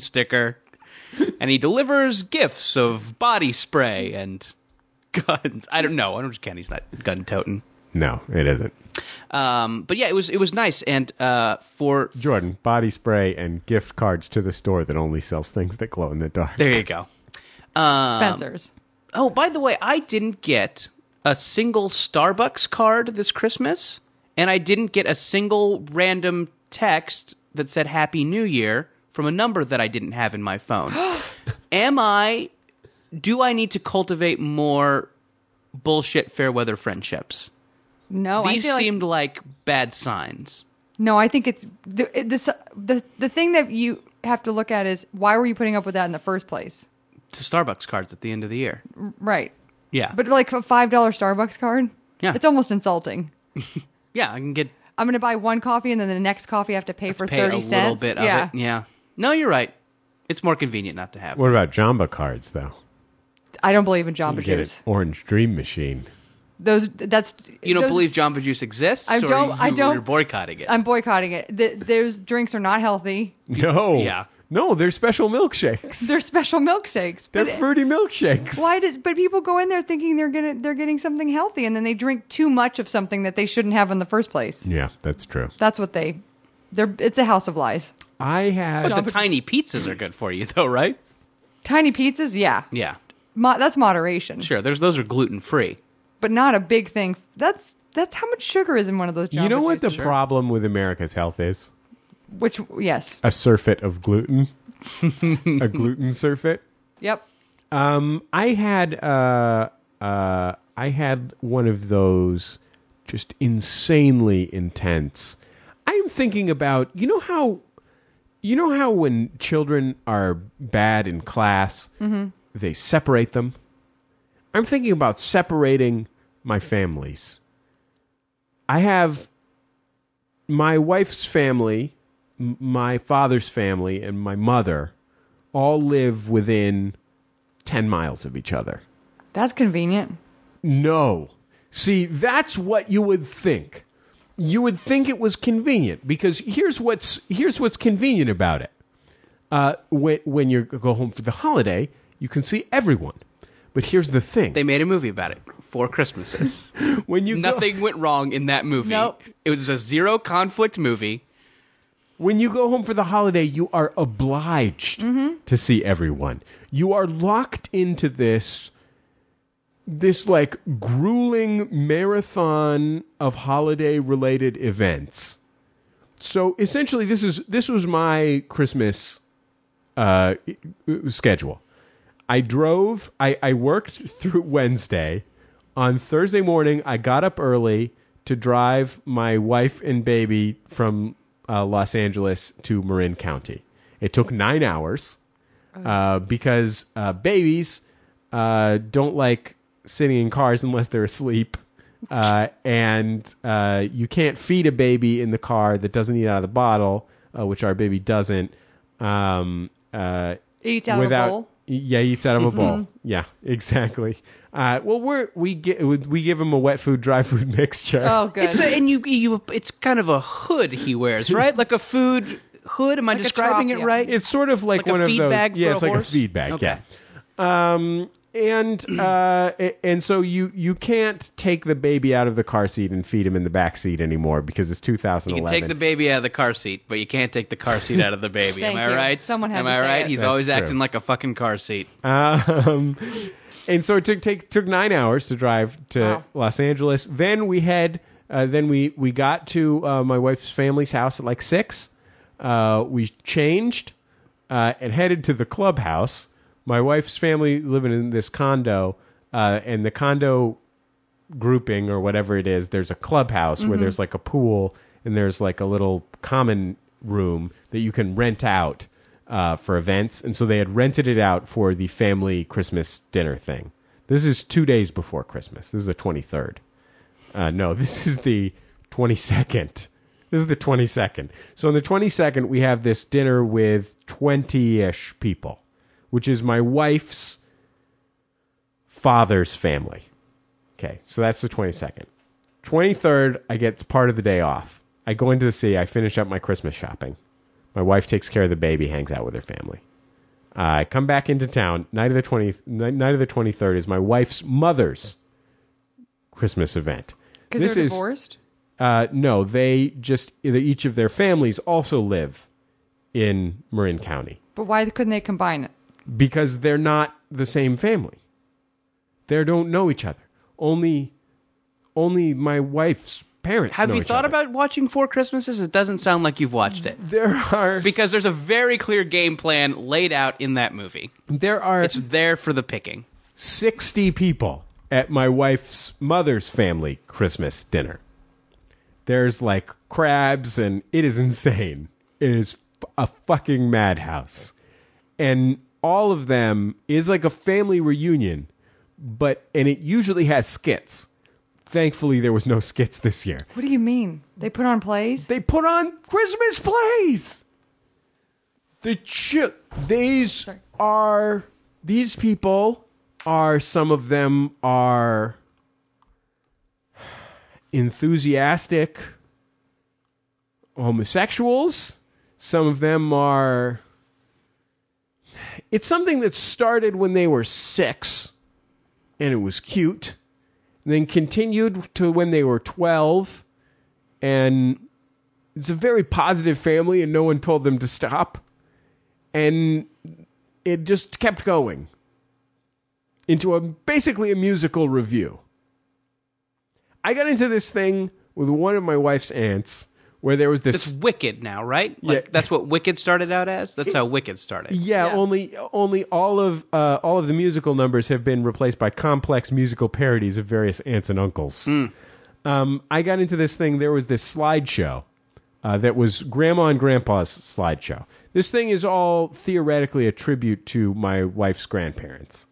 Speaker 2: sticker, and he delivers gifts of body spray and guns. I don't know. Orange County's not gun toting.
Speaker 1: No, it isn't.
Speaker 2: Um, but yeah, it was it was nice. And uh, for
Speaker 1: Jordan, body spray and gift cards to the store that only sells things that glow in the dark.
Speaker 2: there you go. Um,
Speaker 3: Spencer's.
Speaker 2: Oh, by the way, I didn't get a single Starbucks card this Christmas, and I didn't get a single random text that said Happy New Year from a number that I didn't have in my phone. Am I do I need to cultivate more bullshit fair weather friendships?
Speaker 3: No, Oh, I
Speaker 2: These
Speaker 3: feel like-
Speaker 2: seemed like bad signs.
Speaker 3: No, I think it's the, it- this, the the thing that you have to look at is why were you putting up with that in the first place?
Speaker 2: to Starbucks cards at the end of the year.
Speaker 3: Right.
Speaker 2: Yeah.
Speaker 3: But like a five dollar Starbucks card,
Speaker 2: Yeah.
Speaker 3: it's almost insulting.
Speaker 2: yeah, I can get
Speaker 3: I'm gonna buy one coffee and then the next coffee I have to pay for
Speaker 2: pay a
Speaker 3: thirty
Speaker 2: little
Speaker 3: cents.
Speaker 2: bit of
Speaker 3: yeah.
Speaker 2: it. Yeah. No, you're right. It's more convenient not to have.
Speaker 1: What about Jamba cards though?
Speaker 3: I don't believe in
Speaker 1: You
Speaker 3: Jamba
Speaker 1: get
Speaker 3: Juice.
Speaker 1: an orange dream machine.
Speaker 3: Those that's
Speaker 2: you don't
Speaker 3: those-
Speaker 2: believe Jamba Juice exists?
Speaker 3: I
Speaker 2: or
Speaker 3: don't-
Speaker 2: You,
Speaker 3: I don't-
Speaker 2: You're boycotting it.
Speaker 3: I'm boycotting it. Th those drinks are not healthy.
Speaker 1: No.
Speaker 2: Yeah.
Speaker 1: No, they're special milkshakes.
Speaker 3: They're special milkshakes.
Speaker 1: They're
Speaker 3: But it-
Speaker 1: fruity milkshakes.
Speaker 3: why does but people go in there thinking they're gonna they're getting something healthy and then they drink too much of something that they shouldn't have in the first place.
Speaker 1: Yeah, that's true.
Speaker 3: That's what they they're it's a house of lies.
Speaker 1: I had
Speaker 2: but the tiny pizzas are good for you, though, right?
Speaker 3: Tiny pizzas, yeah.
Speaker 2: Yeah.
Speaker 3: Mo- that's moderation.
Speaker 2: Sure. There's those are gluten free.
Speaker 3: But not a big thing. That's that's how much sugar is in one of those
Speaker 1: You know
Speaker 3: Jamba
Speaker 1: what the
Speaker 3: Juices.
Speaker 1: problem with America's health is?
Speaker 3: Which yes.
Speaker 1: A surfeit of gluten. a gluten surfeit.
Speaker 3: Yep.
Speaker 1: Um, I had uh, uh, I had one of those just insanely intense. I'm thinking about you know how you know how when children are bad in class, they separate them. I'm thinking about separating my families. I have my wife's family, m- my father's family, and my mother all live within 10 miles of each other.
Speaker 3: That's convenient.
Speaker 1: No. See, that's what you would think. You would think it was convenient because here's what's here's what's convenient about it. Uh, when when you go home for the holiday, you can see everyone. But here's the thing:
Speaker 2: They made a movie about it. Four Christmases.
Speaker 1: when you go,
Speaker 2: Nothing went wrong in that movie.
Speaker 3: Nope.
Speaker 2: It was a zero conflict movie.
Speaker 1: when you go home for the holiday, you are obliged to see everyone. You are locked into this this like grueling marathon of holiday related events. So essentially this is this was my Christmas uh, schedule. I drove I, I worked through Wednesday. On Thursday morning I got up early to drive my wife and baby from uh, Los Angeles to Marin County. It took nine hours uh, because uh, babies uh, don't like sitting in cars unless they're asleep. Uh, and uh, you can't feed a baby in the car that doesn't eat out of the bottle, uh, which our baby doesn't. Um, uh,
Speaker 3: Eats out
Speaker 1: without,
Speaker 3: of a bowl.
Speaker 1: Yeah, he eats out of
Speaker 2: Mm-hmm.
Speaker 1: a bowl. Yeah, exactly. Uh, well, we're, we get, we give him a wet food, dry food mixture.
Speaker 3: Oh good.
Speaker 2: It's a, and you you it's kind of a hood he wears, right? Like a food hood. Am I
Speaker 3: a
Speaker 2: describing it
Speaker 3: trough, yeah.
Speaker 2: right?
Speaker 1: It's sort of like,
Speaker 2: Like a
Speaker 1: one of
Speaker 2: feed
Speaker 1: those.
Speaker 2: bag
Speaker 1: yeah,
Speaker 2: for
Speaker 1: it's
Speaker 2: a
Speaker 1: like
Speaker 2: horse?
Speaker 1: a feedback.
Speaker 2: Okay.
Speaker 1: Yeah. Um, and uh, a- and so you you can't take the baby out of the car seat and feed him in the back seat anymore because it's 2011.
Speaker 2: You can take the baby out of the car seat, but you can't take the car seat out of the baby. Am
Speaker 3: Thank
Speaker 2: I
Speaker 3: you.
Speaker 2: right?
Speaker 3: Someone had
Speaker 2: Am
Speaker 3: to
Speaker 2: I
Speaker 3: say
Speaker 2: right?
Speaker 3: it.
Speaker 2: He's
Speaker 1: That's
Speaker 2: always
Speaker 1: true.
Speaker 2: acting like a fucking car seat.
Speaker 1: Um, and so it took take, took nine hours to drive to
Speaker 3: Wow.
Speaker 1: Los Angeles. Then we had uh, then we we got to uh, my wife's family's house at like six. Uh, we changed uh, and headed to the clubhouse. My wife's family living in this condo, uh, and the condo grouping or whatever it is, there's a clubhouse where there's like a pool and there's like a little common room that you can rent out uh, for events. And so they had rented it out for the family Christmas dinner thing. This is two days before Christmas. This is the 23rd. Uh, no, this is the 22nd. This is the 22nd. So on the 22nd, we have this dinner with 20 ish people, which is my wife's father's family. Okay, so that's the 22nd. 23rd, I get part of the day off. I go into the city. I finish up my Christmas shopping. My wife takes care of the baby, hangs out with her family. I come back into town. Night of the 20, night night of the 23rd is my wife's mother's Christmas event.
Speaker 3: Because
Speaker 1: This
Speaker 3: they're
Speaker 1: is
Speaker 3: divorced.
Speaker 1: uh, no, they just each of their families also live in Marin County
Speaker 3: But why couldn't they combine it?
Speaker 1: because they're not the same family. They don't know each other. Only only my wife's parents.
Speaker 2: Have
Speaker 1: know
Speaker 2: you
Speaker 1: each
Speaker 2: thought
Speaker 1: other.
Speaker 2: about watching Four Christmases? It doesn't sound like you've watched it.
Speaker 1: There are
Speaker 2: Because there's a very clear game plan laid out in that movie.
Speaker 1: there are
Speaker 2: It's there for the picking.
Speaker 1: 60 people at my wife's mother's family Christmas dinner. There's like crabs, and it is insane. It is f- a fucking madhouse. And all of them is like a family reunion, but, and it usually has skits. Thankfully, there was no skits this year.
Speaker 3: What do you mean? They put on plays?
Speaker 1: They put on Christmas plays. The chi- these
Speaker 3: Sorry.
Speaker 1: are these people are some of them are enthusiastic homosexuals. Some of them are it's something that started when they were 6 and it was cute and then continued to when they were 12 and it's a very positive family and no one told them to stop and it just kept going into a basically a musical review i got into this thing with one of my wife's aunts where there was this
Speaker 2: It's Wicked now, right? Like
Speaker 1: Yeah.
Speaker 2: that's what Wicked started out as. That's how Wicked started.
Speaker 1: Yeah,
Speaker 3: Yeah.
Speaker 1: only only all of uh, all of the musical numbers have been replaced by complex musical parodies of various aunts and uncles. Um, I got into this thing. There was this slideshow uh, that was Grandma and Grandpa's slideshow. This thing is all theoretically a tribute to my wife's grandparents.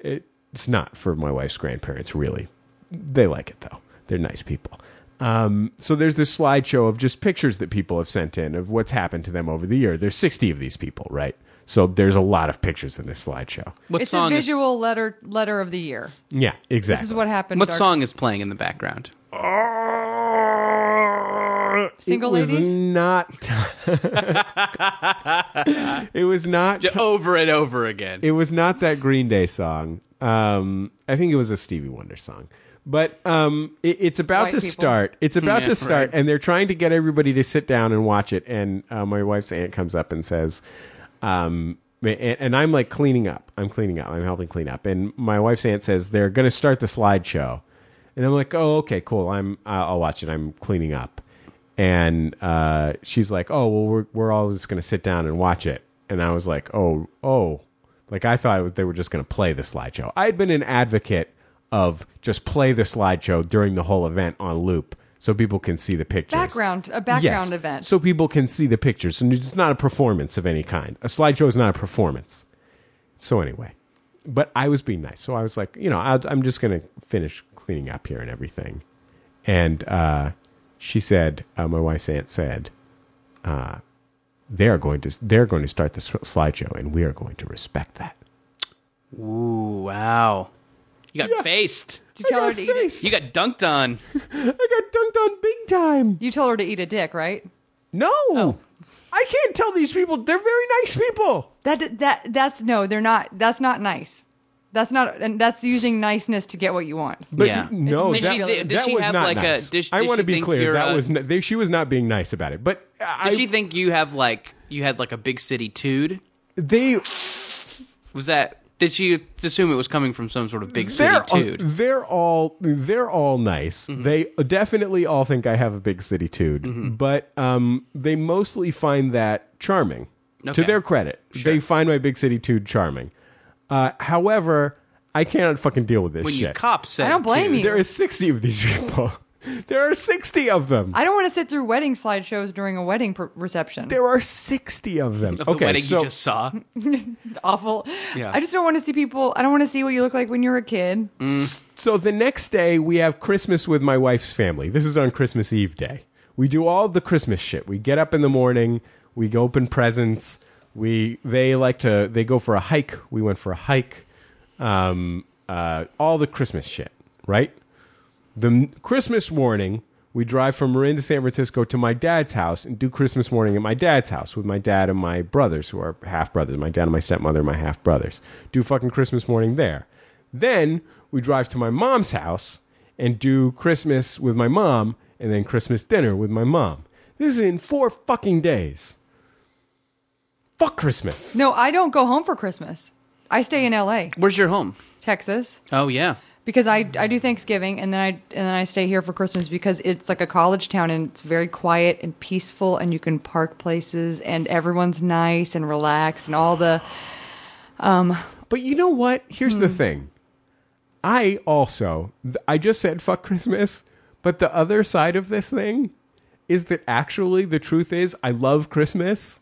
Speaker 1: It, it's not for my wife's grandparents, really. They like it though. They're nice people. Um, so there's this slideshow of just pictures that people have sent in of what's happened to them over the year. There's 60 of these people, right? So there's a lot of pictures in this slideshow.
Speaker 2: What
Speaker 3: it's a
Speaker 2: song? is,
Speaker 3: visual letter letter of the year.
Speaker 1: Yeah, exactly.
Speaker 3: This is what happened.
Speaker 2: what
Speaker 3: to our-
Speaker 2: song is playing in the background?
Speaker 3: Single
Speaker 1: it was
Speaker 3: ladies?
Speaker 1: Not. it was not.
Speaker 2: J- Over and over again.
Speaker 1: It was not that Green Day song. Um, I think it was a Stevie Wonder song. But um, it, it's about
Speaker 3: White
Speaker 1: to
Speaker 3: people.
Speaker 1: start. It's about
Speaker 2: Yeah,
Speaker 1: to start,
Speaker 2: right.
Speaker 1: and they're trying to get everybody to sit down and watch it. And uh, my wife's aunt comes up and says, um, and, and I'm like cleaning up. I'm cleaning up. I'm helping clean up. And my wife's aunt says they're going to start the slideshow, and I'm like, oh, okay, cool. I'm I'll I'll watch it. I'm cleaning up, and uh, she's like, oh, well, we're we're all just going to sit down and watch it. And I was like, oh, oh, like I thought it was, they were just going to play the slideshow. I had been an advocate of just play the slideshow during the whole event on loop, so people can see the pictures.
Speaker 3: Background a background
Speaker 1: Yes.
Speaker 3: event.
Speaker 1: So people can see the pictures. And it's not a performance of any kind. A slideshow is not a performance. So anyway, but I was being nice. So I was like, you know, I'll, I'm just going to finish cleaning up here and everything. And uh, she said, uh, my wife's aunt said, uh, they are going to they're going to start the s- slideshow, and we are going to respect that.
Speaker 2: Ooh, wow. You got faced.
Speaker 3: Did you tell her to eat it?
Speaker 2: You got dunked on.
Speaker 1: I got dunked on big time.
Speaker 3: You Oh. told her to eat a dick, right?
Speaker 1: No, I can't tell these people. They're very nice people.
Speaker 3: That that that's no, they're not. That's not nice. That's not, and that's using niceness to get what you want.
Speaker 1: But
Speaker 2: Yeah.
Speaker 1: no,
Speaker 3: Did
Speaker 1: that,
Speaker 3: she-
Speaker 2: did
Speaker 1: that
Speaker 2: she
Speaker 1: was
Speaker 2: have
Speaker 1: not
Speaker 2: like a-
Speaker 1: nice.
Speaker 2: did-
Speaker 1: I
Speaker 2: did
Speaker 1: want to
Speaker 2: she
Speaker 1: be
Speaker 2: think
Speaker 1: clear
Speaker 2: you're
Speaker 1: that
Speaker 2: a-
Speaker 1: was n they, she was not being nice about it. But I,
Speaker 2: Did she think you have like you had like a big city tude?
Speaker 1: they
Speaker 2: Was that? Did she assume it was coming from some sort of big city
Speaker 1: they're
Speaker 2: tude?
Speaker 1: they're all they're all nice.
Speaker 2: Mm-hmm.
Speaker 1: They definitely all think I have a big city tude, but um, they mostly find that charming. To
Speaker 2: Okay.
Speaker 1: their credit, they find my big city tude charming. Uh, however, I cannot fucking deal with this
Speaker 2: when
Speaker 1: shit.
Speaker 2: you cop said,
Speaker 3: I don't blame
Speaker 2: tude.
Speaker 3: you.
Speaker 1: there is 60 of these people. there are 60 of them.
Speaker 3: I don't want to sit through wedding slideshows during a wedding per- reception.
Speaker 1: there are 60 of them.
Speaker 2: Of the
Speaker 1: okay,
Speaker 2: wedding
Speaker 1: so
Speaker 2: you just saw.
Speaker 3: Awful.
Speaker 2: Yeah.
Speaker 3: I just don't want to see people. I don't want to see what you look like when you're a kid.
Speaker 1: Mm. So the next day, we have Christmas with my wife's family. This is on Christmas Eve day. We do all the Christmas shit. We get up in the morning, we open presents. We they like to they go for a hike. We went for a hike. Um, uh, all the Christmas shit, right? The m- Christmas morning, we drive from Marin to San Francisco to my dad's house and do Christmas morning at my dad's house with my dad and my brothers, who are half brothers. My dad and my stepmother, and my half brothers, do fucking Christmas morning there. Then we drive to my mom's house and do Christmas with my mom, and then Christmas dinner with my mom. This is in four fucking days. Fuck Christmas.
Speaker 3: No, I don't go home for Christmas. I stay in L.A.,
Speaker 2: Where's your home?
Speaker 3: Texas,
Speaker 2: Oh yeah.
Speaker 3: because I I do Thanksgiving and then I and then I stay here for Christmas because it's like a college town and it's very quiet and peaceful and you can park places and everyone's nice and relaxed and all the
Speaker 1: But you know what? Here's
Speaker 3: Hmm.
Speaker 1: the thing. I also, th- I just said fuck Christmas, but the other side of this thing is that actually the truth is I love Christmas.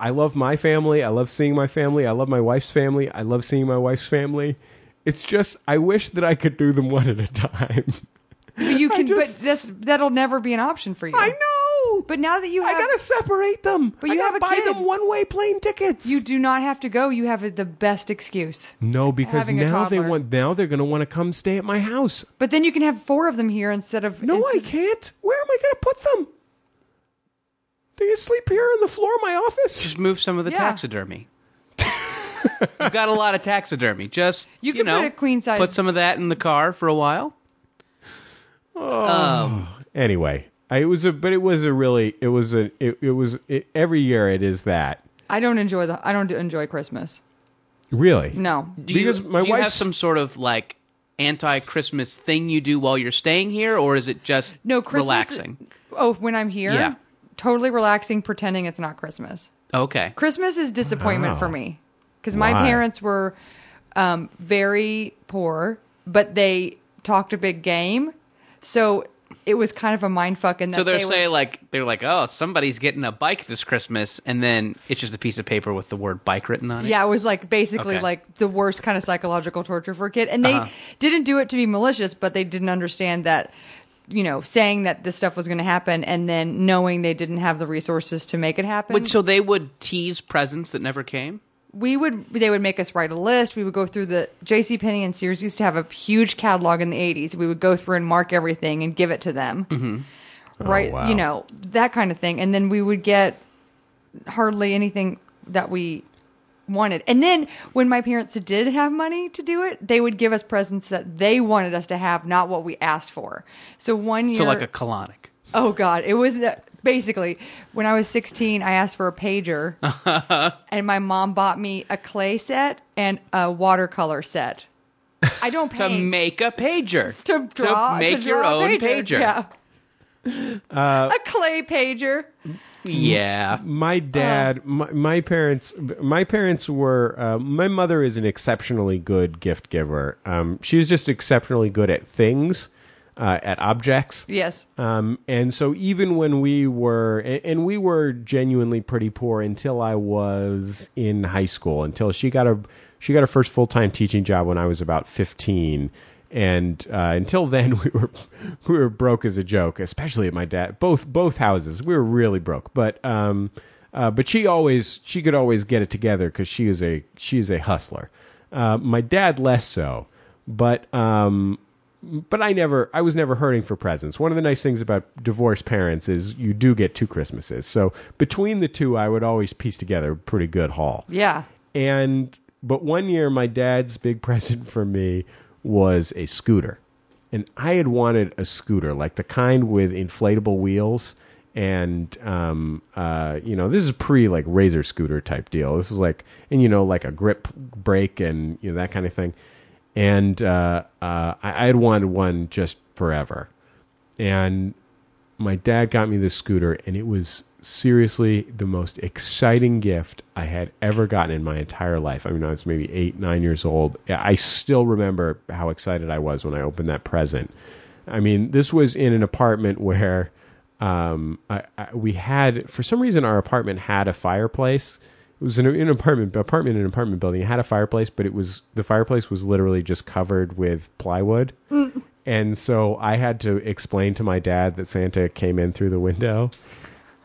Speaker 1: I love my family. I love seeing my family. I love my wife's family. I love seeing my wife's family. It's just I wish that I could do them one at a time.
Speaker 3: but you
Speaker 1: I
Speaker 3: can
Speaker 1: just-
Speaker 3: but this that'll never be an option for you.
Speaker 1: I know.
Speaker 3: But now that you
Speaker 1: I
Speaker 3: have
Speaker 1: gotta separate them.
Speaker 3: But
Speaker 1: I
Speaker 3: you
Speaker 1: gotta
Speaker 3: have a
Speaker 1: buy
Speaker 3: kid.
Speaker 1: them one-way plane tickets.
Speaker 3: you do not have to go, you have the best excuse.
Speaker 1: no, because
Speaker 3: having a
Speaker 1: now they
Speaker 3: toddler.
Speaker 1: want now they're gonna want to come stay at my house.
Speaker 3: But then you can have four of them here instead of
Speaker 1: No, I
Speaker 3: instead-
Speaker 1: can't. Where am I going to put them? Do you sleep here on the floor of my office?
Speaker 2: Just move some of the
Speaker 3: Yeah.
Speaker 2: taxidermy. You've got a lot of taxidermy. Just you,
Speaker 3: You could
Speaker 2: know,
Speaker 3: put a queen size-
Speaker 2: Put some of that in the car for a while. Um,
Speaker 1: Oh. Anyway, I, it was a, but it was a really, it was a, it, it was it, every year it is that.
Speaker 3: I don't enjoy the I don't enjoy Christmas.
Speaker 1: Really?
Speaker 3: No.
Speaker 2: do you,
Speaker 1: Because my
Speaker 2: do you have
Speaker 1: wife's-
Speaker 2: some sort of like anti-Christmas thing you do while you're staying here, or is it just
Speaker 3: No Christmas
Speaker 2: relaxing?
Speaker 3: Oh, when I'm here?
Speaker 2: Yeah.
Speaker 3: Totally relaxing pretending it's not Christmas.
Speaker 2: Okay.
Speaker 3: Christmas is disappointment
Speaker 1: Wow.
Speaker 2: Oh.
Speaker 3: for me because my
Speaker 1: Why?
Speaker 3: parents were um, very poor, but they talked a big game, so it was kind of a mind fuck. And
Speaker 2: So they're saying like they're like, oh, somebody's getting a bike this Christmas, and then it's just a piece of paper with the word bike written on it.
Speaker 3: yeah, it was like basically
Speaker 2: Okay.
Speaker 3: like the worst kind of psychological torture for a kid, and they
Speaker 2: Uh-huh.
Speaker 3: didn't do it to be malicious, but they didn't understand that. You know, saying that this stuff was going to happen and then knowing they didn't have the resources to make it happen.
Speaker 2: Wait, so they would tease presents that never came.
Speaker 3: we would they would make us write a list. We would go through the J.C. Penney and Sears used to have a huge catalog in the 80s. We would go through and mark everything and give it to them. Mm-hmm.
Speaker 2: Oh,
Speaker 3: Right,
Speaker 1: Oh, wow.
Speaker 3: you know that kind of thing, and then we would get hardly anything that we wanted. And then when my parents did have money to do it, they would give us presents that they wanted us to have, not what we asked for. So one year,
Speaker 2: So like a colonic.
Speaker 3: Oh God, it was uh, basically when I was 16, I asked for a pager, and my mom bought me a clay set and a watercolor set. I don't
Speaker 2: to
Speaker 3: paint
Speaker 2: make a pager.
Speaker 3: to draw to
Speaker 2: make
Speaker 3: draw
Speaker 2: your
Speaker 3: a
Speaker 2: own pager.
Speaker 3: Yeah,
Speaker 1: Uh,
Speaker 3: a clay pager.
Speaker 2: Yeah.
Speaker 3: uh,
Speaker 1: My dad, my, my parents, my parents were. Uh, my mother is an exceptionally good gift giver. Um, she was just exceptionally good at things, uh, at objects.
Speaker 3: Yes,
Speaker 1: Um, and so even when we were, and, and we were genuinely pretty poor until I was in high school, until she got a she got her first full time teaching job when I was about fifteen, and uh, until then we were we were broke as a joke, especially at my dad. Both both houses we were really broke, but um, uh, but she always she could always get it together because she is a she is a hustler. Uh, my dad less so, but um, but I never, I was never hurting for presents. One of the nice things about divorced parents is you do get two Christmases. So between the two, I would always piece together a pretty good haul.
Speaker 3: yeah.
Speaker 1: And but one year, my dad's big present for me was a scooter, and I had wanted a scooter like the kind with inflatable wheels. And um, uh, you know, this is pre like razor scooter type deal. This is like, and you know, like a grip brake and you know that kind of thing. And uh, uh, I, I had wanted one just forever. And my dad got me this scooter and it was seriously the most exciting gift I had ever gotten in my entire life. I mean, I was maybe eight, nine years old. Yeah, I still remember how excited I was when I opened that present. I mean, this was in an apartment where um, I, I, we had, for some reason, our apartment had a fireplace. It was in an, an apartment, apartment in an apartment building. It had a fireplace, but it was the fireplace was literally just covered with plywood. And so I had to explain to my dad that Santa came in through the window.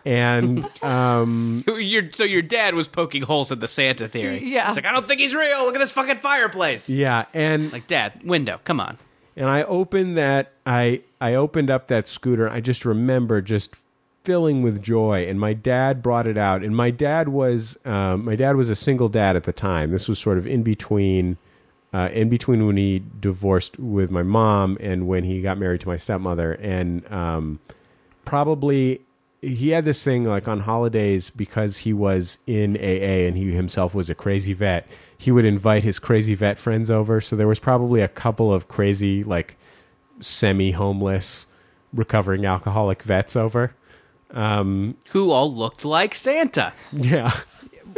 Speaker 1: And um,
Speaker 2: Your, so your dad was poking holes in the Santa theory.
Speaker 3: Yeah.
Speaker 2: It's like, I don't think he's real. Look at this fucking fireplace.
Speaker 1: yeah, and
Speaker 2: Like, Dad, window, come on.
Speaker 1: and I opened that I I opened up that scooter. I just remember just filling with joy. And my dad brought it out. And my dad was um, my dad was a single dad at the time. This was sort of in between uh, in between when he divorced with my mom and when he got married to my stepmother. And um, probably he had this thing like on holidays because he was in AA and he himself was a crazy vet. He would invite his crazy vet friends over, so there was probably a couple of crazy like semi-homeless recovering alcoholic vets over. Um,
Speaker 2: Who all looked like Santa.
Speaker 1: yeah.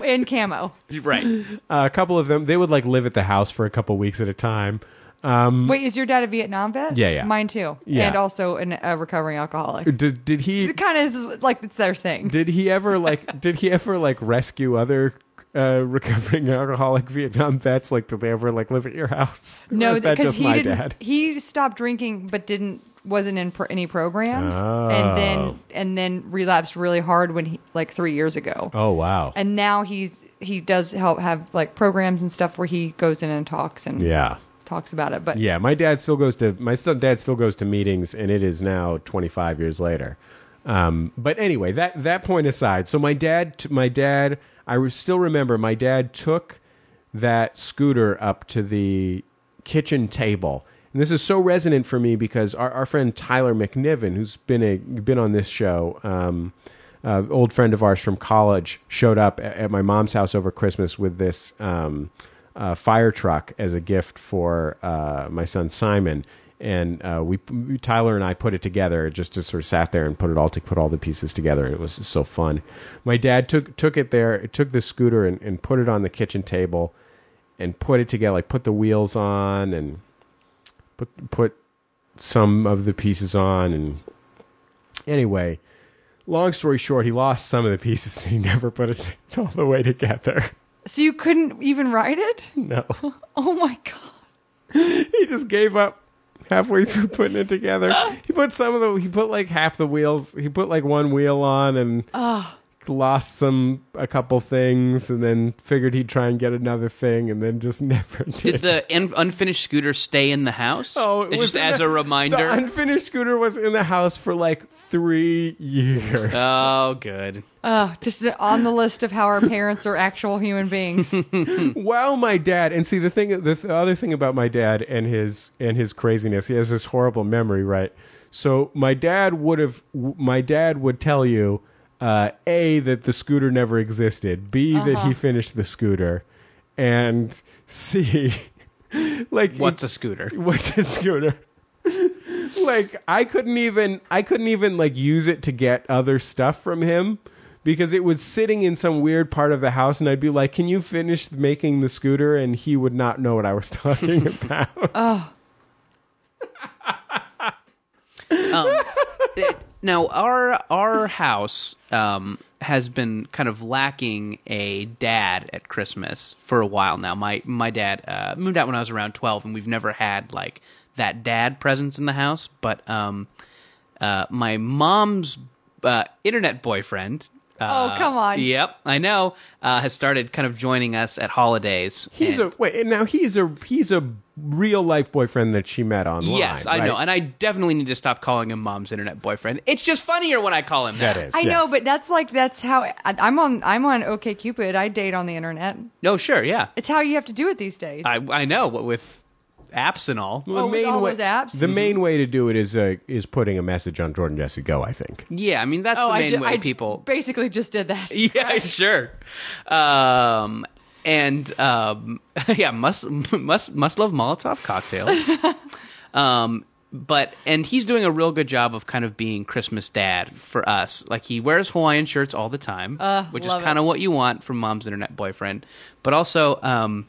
Speaker 3: in camo.
Speaker 2: Right.
Speaker 1: a couple of them they would like live at the house for a couple weeks at a time.
Speaker 3: Wait, is your dad a Vietnam vet?
Speaker 1: Mm. Yeah, yeah.
Speaker 3: Mine too.
Speaker 1: Yeah.
Speaker 3: And also an, a recovering alcoholic.
Speaker 1: Did did he
Speaker 3: It kind of is like it's their thing.
Speaker 1: did he ever like did he ever like rescue other uh, recovering alcoholic Vietnam vets? Like did they ever like live at your house? Or
Speaker 3: no,
Speaker 1: is that
Speaker 3: because
Speaker 1: just
Speaker 3: he
Speaker 1: my
Speaker 3: didn't.
Speaker 1: dad?
Speaker 3: He stopped drinking, but didn't wasn't in pro any programs,
Speaker 1: Oh.
Speaker 3: and then and then relapsed really hard when he like three years ago.
Speaker 1: Oh wow.
Speaker 3: And now he's he does help have like programs and stuff where he goes in and talks and
Speaker 1: Yeah.
Speaker 3: talks about it. But
Speaker 1: Yeah, my dad still goes to my still, dad still goes to meetings, and it is now 25 years later. Um, but anyway, that that point aside, so my dad, t- my dad, I re- still remember my dad took that scooter up to the kitchen table, and this is so resonant for me because our, our friend Tyler McNiven, who's been a been on this show. Um, uh, old friend of ours from college showed up at, at my mom's house over Christmas with this um, uh, fire truck as a gift for uh, my son Simon, and uh, we Tyler and I put it together. Just just sort of sat there and put it all to put all the pieces together, and it was just so fun. My dad took took it there, took the scooter and, and put it on the kitchen table, and put it together, like put the wheels on and put put some of the pieces on and anyway long story short he lost some of the pieces and he never put it all the way together
Speaker 3: so you couldn't even ride it?
Speaker 1: no
Speaker 3: Oh my god!
Speaker 1: he just gave up halfway through putting it together he put some of the he put like half the wheels he put like one wheel on and lost some a couple things and then figured he'd try and get another thing and then just never did
Speaker 2: Did the un- unfinished scooter stay in the house?
Speaker 1: Oh, it
Speaker 2: It's
Speaker 1: was
Speaker 2: just
Speaker 1: in
Speaker 2: as
Speaker 1: the-
Speaker 2: a reminder.
Speaker 1: The unfinished scooter was in the house for like three years.
Speaker 2: oh, good.
Speaker 3: Oh, just on the list of how our parents are actual human beings.
Speaker 1: While my dad, and see the thing, the th- other thing about my dad and his and his craziness, he has this horrible memory, right? So my dad would have, w- my dad would tell you, uh, a that the scooter never existed, b that he finished the scooter, and c, like
Speaker 2: What's a scooter?
Speaker 1: what's a scooter? like I couldn't even I couldn't even like use it to get other stuff from him because it was sitting in some weird part of the house and I'd be like, "Can you finish making the scooter?" and he would not know what I was talking about.
Speaker 3: oh,
Speaker 2: Um, it- now our our house um, has been kind of lacking a dad at Christmas for a while now. My my dad uh, moved out when I was around twelve, and we've never had like that dad presence in the house. But um, uh, my mom's uh, internet boyfriend. Uh,
Speaker 3: Oh, come on.
Speaker 2: Yep, I know. Uh, has started kind of joining us at holidays.
Speaker 1: he's
Speaker 2: and-
Speaker 1: a wait, and now he's a he's a real life boyfriend that she met online.
Speaker 2: Yes, I
Speaker 1: right?
Speaker 2: know, and I definitely need to stop calling him mom's internet boyfriend. It's just funnier when I call him
Speaker 1: that
Speaker 2: that.
Speaker 1: is.
Speaker 3: I
Speaker 1: yes.
Speaker 3: know, but that's like that's how I, I'm on. I'm on OK Cupid. I date on the internet.
Speaker 2: No, sure, yeah.
Speaker 3: It's how you have to do it these days.
Speaker 2: I I know what with apps and all.
Speaker 1: The
Speaker 3: Oh, with
Speaker 1: main
Speaker 3: all
Speaker 1: way-
Speaker 3: those apps? Mm-hmm.
Speaker 1: The main way to do it is uh, is putting a message on Jordan Jesse Go. I think.
Speaker 2: Yeah, I mean that's
Speaker 3: oh,
Speaker 2: the
Speaker 3: I
Speaker 2: main
Speaker 3: ju-
Speaker 2: way
Speaker 3: I
Speaker 2: people.
Speaker 3: basically just did that.
Speaker 2: yeah, sure. Um, and um, yeah, must must must love Molotov cocktails. um, but and he's doing a real good job of kind of being Christmas dad for us. Like he wears Hawaiian shirts all the time,
Speaker 3: Uh,
Speaker 2: which is
Speaker 3: love it.
Speaker 2: kind of what you want from mom's internet boyfriend. But also, um,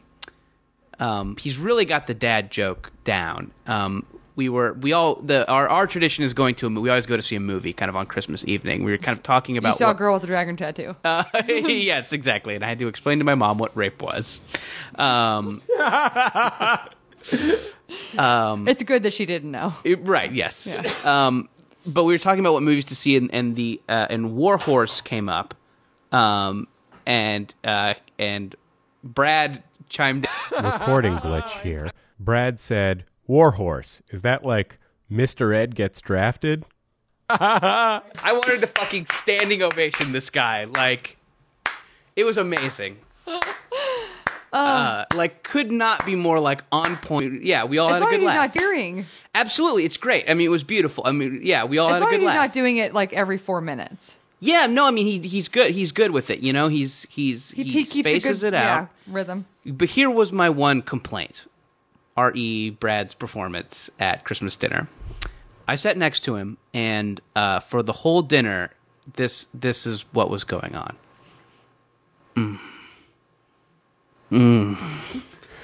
Speaker 2: um, he's really got the dad joke down. Um, we were we all the our our tradition is going to a mo- we always go to see a movie kind of on Christmas evening. We were kind of talking about
Speaker 3: You saw
Speaker 2: what-
Speaker 3: a girl with a dragon tattoo.
Speaker 2: uh, yes, exactly. And I had to explain to my mom what rape was. Um,
Speaker 3: it's good that she didn't know.
Speaker 2: it- right. Yes. Um, but we were talking about what movies to see, and, and the uh, and War Horse came up, um, and uh, and Brad chimed.
Speaker 1: recording glitch here. Brad said, Warhorse. Is that like Mr. Ed gets drafted?
Speaker 2: I wanted to fucking standing ovation this guy. Like, it was amazing.
Speaker 3: Um,
Speaker 2: Uh, like, could not be more like on point. Yeah, we all
Speaker 3: As
Speaker 2: had a
Speaker 3: long
Speaker 2: good
Speaker 3: as he's
Speaker 2: laugh.
Speaker 3: not doing,
Speaker 2: Absolutely, it's great. I mean, it was beautiful. I mean, yeah, we all
Speaker 3: as
Speaker 2: had a
Speaker 3: long
Speaker 2: good
Speaker 3: as he's
Speaker 2: laugh.
Speaker 3: not doing it like every four minutes.
Speaker 2: Yeah, no, I mean he he's good. He's good with it. You know, he's he's he,
Speaker 3: te- keeps a
Speaker 2: spaces
Speaker 3: good,
Speaker 2: it out.
Speaker 3: Yeah, rhythm.
Speaker 2: But here was my one complaint. R.E. E Brad's performance at Christmas dinner. I sat next to him, and uh, for the whole dinner, this this is what was going on. Mm.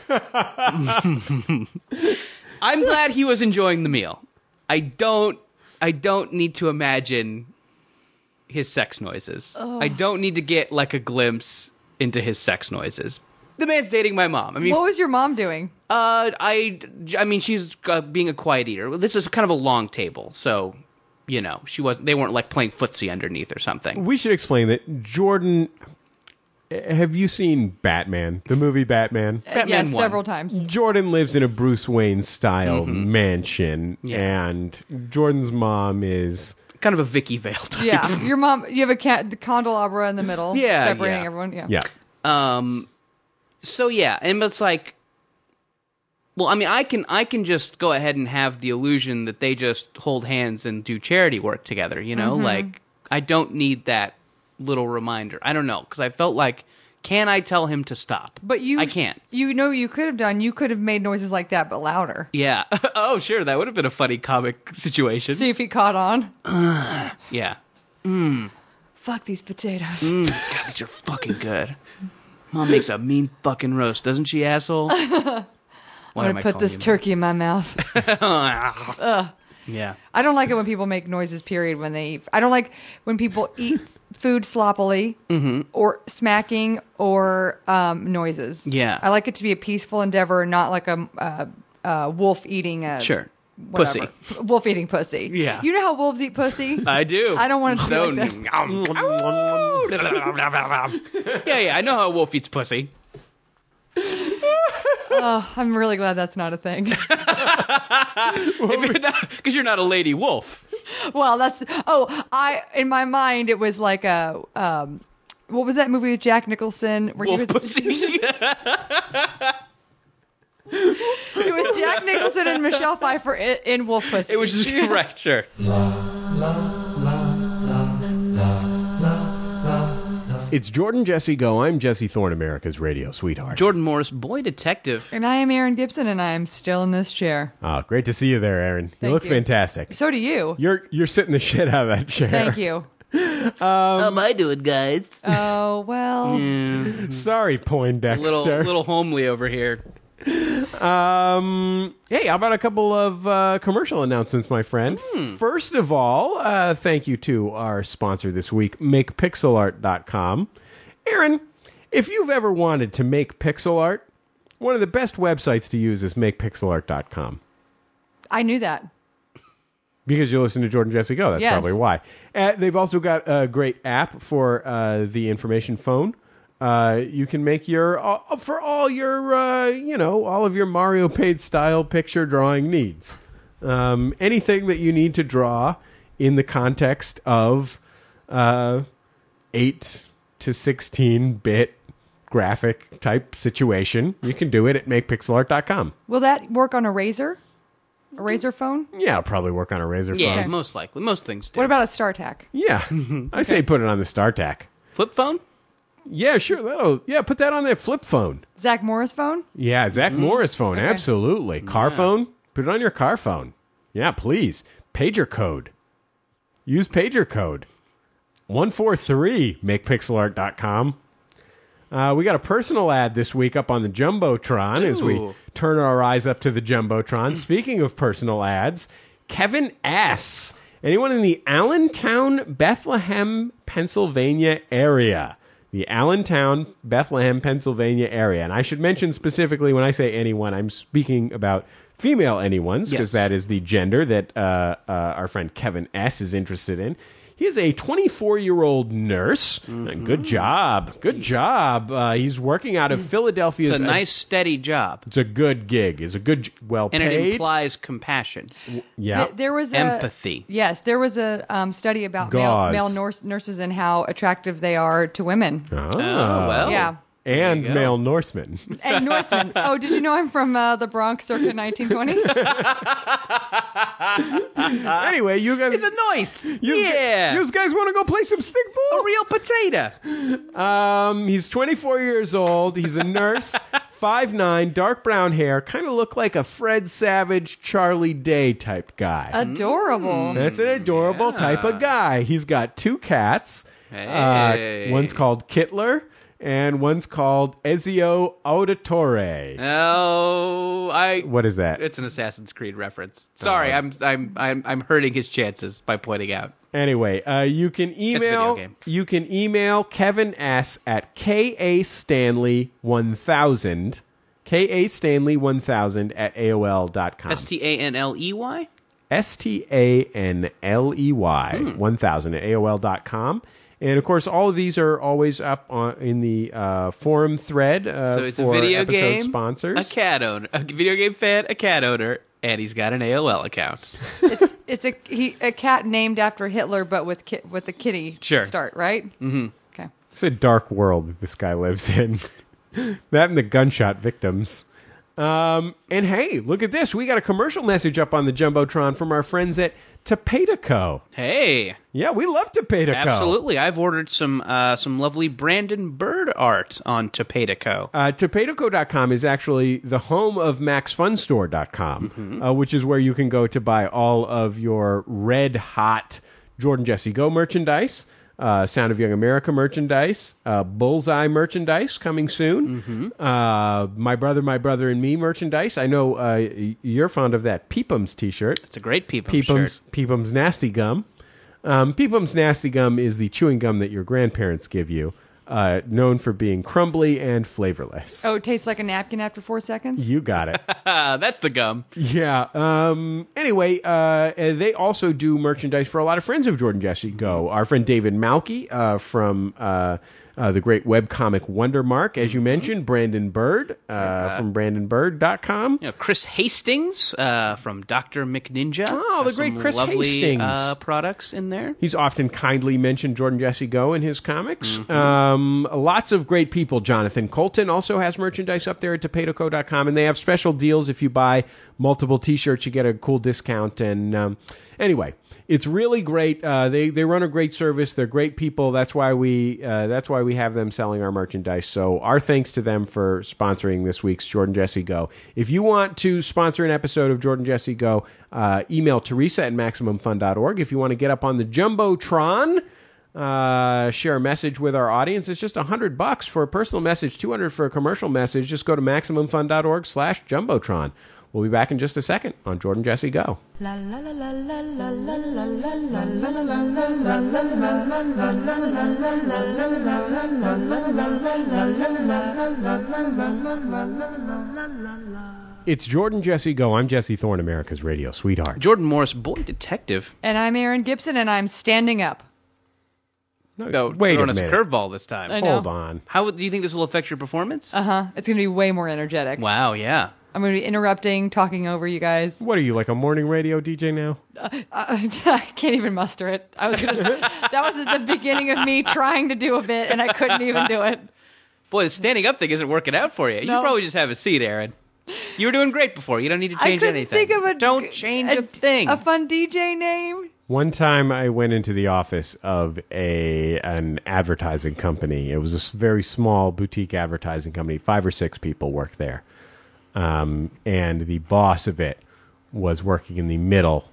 Speaker 2: Mm. I'm glad he was enjoying the meal. I don't I don't need to imagine his sex noises. I don't need to get like a glimpse into his sex noises. The man's dating my mom. I mean,
Speaker 3: What was your mom doing?
Speaker 2: uh, I, I mean, she's uh, being a quiet eater. This is kind of a long table, so you know, she was. They weren't like playing footsie underneath or something.
Speaker 1: We should explain that Jordan. Have you seen Batman? The movie Batman.
Speaker 3: Uh,
Speaker 2: Batman
Speaker 3: yes,
Speaker 2: won.
Speaker 3: several times.
Speaker 1: Jordan lives in a Bruce Wayne style mansion,
Speaker 2: Yeah.
Speaker 1: and Jordan's mom is
Speaker 2: Kind of a Vicky Vale type.
Speaker 3: Yeah, your mom. You have a cat, the candelabra in the middle,
Speaker 2: Yeah,
Speaker 3: separating
Speaker 2: yeah.
Speaker 3: everyone. Yeah.
Speaker 1: yeah.
Speaker 2: Um. So yeah, and it's like, well, I mean, I can I can just go ahead and have the illusion that they just hold hands and do charity work together. You
Speaker 3: Mm-hmm.
Speaker 2: know, like I don't need that little reminder. I don't know because I felt like, can I tell him to stop?
Speaker 3: But you,
Speaker 2: I can't.
Speaker 3: You know, what you could have done. You could have made noises like that, but louder.
Speaker 2: Yeah. oh, sure. That would have been a funny comic situation.
Speaker 3: See if he caught on.
Speaker 2: Yeah.
Speaker 3: Fuck these potatoes.
Speaker 2: Mm, God, these are fucking good. Mom makes a mean fucking roast, doesn't she, asshole? Why
Speaker 3: I'm gonna put this turkey in my mouth.
Speaker 2: yeah.
Speaker 3: I don't like it when people make noises. Period. When they eat, I don't like when people eat food sloppily
Speaker 2: Mm-hmm.
Speaker 3: or smacking or um, noises.
Speaker 2: Yeah.
Speaker 3: I like it to be a peaceful endeavor, not like a uh, uh, wolf eating a
Speaker 2: Sure.
Speaker 3: whatever. P- Wolf eating pussy.
Speaker 2: Yeah.
Speaker 3: You know how wolves eat pussy?
Speaker 2: I do.
Speaker 3: I don't want it to
Speaker 2: so,
Speaker 3: be like
Speaker 2: yeah, yeah. I know how a wolf eats pussy.
Speaker 3: Oh, I'm really glad that's not a thing.
Speaker 2: Because you're, not- 'cause you're not a lady wolf.
Speaker 3: well, that's oh, I in my mind it was like a um, what was that movie with Jack Nicholson where
Speaker 2: Wolf
Speaker 3: he was
Speaker 2: pussy.
Speaker 3: it was Jack Nicholson and Michelle Pfeiffer in, in Wolf Pussy.
Speaker 2: it was just right. Sure.
Speaker 1: It's Jordan Jesse Go. I'm Jesse Thorne, America's radio sweetheart.
Speaker 2: Jordan Morris, boy detective.
Speaker 3: And I am Aaron Gibson, and I am still in this chair.
Speaker 1: Ah, great to see you there, Aaron. you
Speaker 3: Thank
Speaker 1: look
Speaker 3: you.
Speaker 1: fantastic.
Speaker 3: So do you.
Speaker 1: You're you're sitting the shit out of that chair.
Speaker 3: Thank you.
Speaker 2: How
Speaker 1: Um,
Speaker 2: am I doing, guys?
Speaker 3: Oh well.
Speaker 2: Mm.
Speaker 1: Sorry, Poindexter.
Speaker 2: Little little homely over here.
Speaker 1: Um, hey, how about a couple of uh, commercial announcements, my friend?
Speaker 2: Hmm.
Speaker 1: First of all, uh, thank you to our sponsor this week, MakePixelArt.com. Aaron, if you've ever wanted to make pixel art, one of the best websites to use is MakePixelArt.com.
Speaker 3: I knew that.
Speaker 1: Because you listen to Jordan Jesse Go. That's
Speaker 3: Yes.
Speaker 1: probably why. Uh, they've also got a great app for uh, the information phone. Uh, you can make your uh, for all your uh, you know all of your Mario Paint style picture drawing needs. Um, anything that you need to draw in the context of uh, eight to sixteen bit graphic type situation, you can do it at makepixelart.com.
Speaker 3: Will that work on a razor? A razor phone?
Speaker 1: Yeah, I'll probably work on a razor
Speaker 2: Yeah,
Speaker 1: phone.
Speaker 2: most likely. Most things do.
Speaker 3: What about a StarTAC?
Speaker 1: Yeah, I say put it on the StarTAC.
Speaker 2: flip phone?
Speaker 1: Yeah, sure. That'll, yeah, put that on that flip phone.
Speaker 3: Zach Morris phone?
Speaker 1: Yeah, Zach Morris phone.
Speaker 3: Okay.
Speaker 1: Absolutely. Car phone. Put it on your car phone. Yeah, please. Pager code. Use pager code. 143 makepixelart.com. Uh, we got a personal ad this week up on the Jumbotron as we
Speaker 2: Ooh.
Speaker 1: turn our eyes up to the
Speaker 2: Hmm.
Speaker 1: Jumbotron. Speaking of personal ads, Kevin S. Anyone in the Allentown, Bethlehem, Pennsylvania area? The Allentown, Bethlehem, Pennsylvania area. And I should mention specifically when I say anyone, I'm speaking about female anyones because
Speaker 2: Yes.
Speaker 1: that is the gender that uh, uh, our friend Kevin S. is interested in. He is a 24 year old nurse. And
Speaker 2: Mm-hmm.
Speaker 1: Good job. Good job. Uh, he's working out of Philadelphia.
Speaker 2: Mm. It's a nice steady job.
Speaker 1: It's a good gig. It's a good, well
Speaker 2: And
Speaker 1: paid. Uh,
Speaker 2: it implies compassion.
Speaker 1: yeah.
Speaker 3: Th- There was a,
Speaker 2: Empathy.
Speaker 3: Yes, there was a um, study about male,
Speaker 1: Gauze.
Speaker 3: male nurse, nurses and how attractive they are to women.
Speaker 1: Oh,
Speaker 2: well.
Speaker 3: Yeah.
Speaker 1: and
Speaker 2: you go.
Speaker 1: male Norseman.
Speaker 3: And Norseman. Oh, did you know I'm from uh, the Bronx circa 1920?
Speaker 1: anyway, you guys,
Speaker 2: It's a noise.
Speaker 1: you,
Speaker 2: yeah.
Speaker 1: you guys want to go play some
Speaker 2: a
Speaker 1: stickball?
Speaker 2: real potato.
Speaker 1: Um, he's 24 years old. He's a nurse, five nine, dark brown hair, kind of look like a Fred Savage, Charlie Day type guy.
Speaker 3: Adorable.
Speaker 1: That's an adorable
Speaker 2: yeah.
Speaker 1: type of guy. He's got two cats.
Speaker 2: Hey.
Speaker 1: Uh, one's called Kittler, and one's called Ezio Auditore.
Speaker 2: Oh, I.
Speaker 1: What is that?
Speaker 2: Uh, It's an Assassin's Creed reference.
Speaker 1: uh,
Speaker 2: Sorry, I'm I'm I'm I'm hurting his chances by pointing out.
Speaker 1: Anyway, uh, you can
Speaker 2: video
Speaker 1: email
Speaker 2: game.
Speaker 1: you can email Kevin S at ka stanley one thousand ka stanley one thousand at aol dot com
Speaker 2: S T A N L E Y.
Speaker 1: S T A N L E
Speaker 2: Hmm.
Speaker 1: Y 1000 at AOL.com. And of course, all of these are always up on, in the uh, forum thread uh,
Speaker 2: So it's a
Speaker 1: for
Speaker 2: video
Speaker 1: episode
Speaker 2: game,
Speaker 1: sponsors.
Speaker 2: A cat owner, a video game fan, a cat owner, and he's got an AOL account.
Speaker 3: It's a he, a cat named after Hitler, but with ki- with a kitty
Speaker 2: Sure.
Speaker 3: start, right? Mm-hmm. Okay.
Speaker 1: It's a dark world that this guy lives in. that and the gunshot victims. Um, and hey, look at this. We got a commercial message up on the Jumbotron from our friends at Topetaco.
Speaker 2: Hey,
Speaker 1: Yeah, we love Topetaco.
Speaker 2: absolutely. I've ordered some uh, some lovely Brandon Bird art on Topetico.
Speaker 1: Uh, Topatoco.com is actually the home of MaxFunStore.com, uh, which is where you can go to buy all of your red hot Jordan Jesse Go merchandise, uh, Sound of Young America merchandise, uh, Bullseye merchandise coming soon, uh, My Brother, My Brother and Me merchandise. I know uh, y- you're fond of that Peepums t shirt.
Speaker 2: It's a great people
Speaker 1: Peepums,
Speaker 2: shirt.
Speaker 1: Peepums Nasty Gum. Um, Peepums Nasty Gum is the chewing gum that your grandparents give you, uh, known for being crumbly and flavorless.
Speaker 3: Oh, it tastes like a napkin after four seconds.
Speaker 1: You got it.
Speaker 2: Ah, that's the gum.
Speaker 1: yeah. Um, anyway, uh, and they also do merchandise for a lot of friends of Jordan Jesse Go. Our friend David Malky uh, from uh, uh, the great webcomic Wondermark, as you mentioned, Brandon Bird uh, from BrandonBird.com.
Speaker 2: You know, Chris Hastings uh, from Doctor McNinja.
Speaker 1: Oh, the
Speaker 2: Has
Speaker 1: great
Speaker 2: some
Speaker 1: Chris
Speaker 2: lovely,
Speaker 1: Hastings.
Speaker 2: Uh, products in there.
Speaker 1: He's often kindly mentioned Jordan Jesse Go in his comics. Um, lots of great people. Jonathan Colton also has merchandise up there at topatoco.com, and they have special deals if you buy multiple T-shirts, you get a cool discount. And um, anyway, it's really great. Uh, they they run a great service. They're great people. That's why we uh, that's why we have them selling our merchandise. So our thanks to them for sponsoring this week's Jordan Jesse Go. If you want to sponsor an episode of Jordan Jesse Go, uh, email Teresa at maximumfun.org. If you want to get up on the jumbotron. Uh, share a message with our audience. It's just a hundred bucks for a personal message, two hundred for a commercial message. Just go to maximumfun.org/slash jumbotron. We'll be back in just a second on Jordan Jesse Go.
Speaker 5: La la la la la la la la la la la.
Speaker 1: It's Jordan Jesse Go. I'm Jesse Thorne, America's radio sweetheart.
Speaker 2: Jordan Morris, boy detective.
Speaker 3: And I'm Aaron Gibson, and I'm standing up.
Speaker 2: No,
Speaker 1: wait a
Speaker 2: Oh, throwing us
Speaker 1: minute.
Speaker 2: a curveball this time.
Speaker 3: I know.
Speaker 1: Hold on.
Speaker 2: How would- do you think this will affect your performance?
Speaker 3: Uh huh. It's gonna be way more energetic.
Speaker 2: wow, yeah.
Speaker 3: I'm gonna be interrupting, talking over you guys.
Speaker 1: What are you like a morning radio DJ now?
Speaker 3: Uh, I can't even muster it. I was gonna, that was at the beginning of me trying to do a bit, and I couldn't even do it.
Speaker 2: Boy, the standing up thing isn't working out for you. You
Speaker 3: No.
Speaker 2: should probably just have a seat, Aaron. You were doing great before. You don't need to
Speaker 3: I
Speaker 2: change
Speaker 3: couldn't
Speaker 2: anything.
Speaker 3: think of a
Speaker 2: don't change a, thing.
Speaker 3: A fun DJ name.
Speaker 1: One time I went into the office of a an advertising company. It was a s- very small boutique advertising company. Five or six people worked there. Um, and the boss of it was working in the middle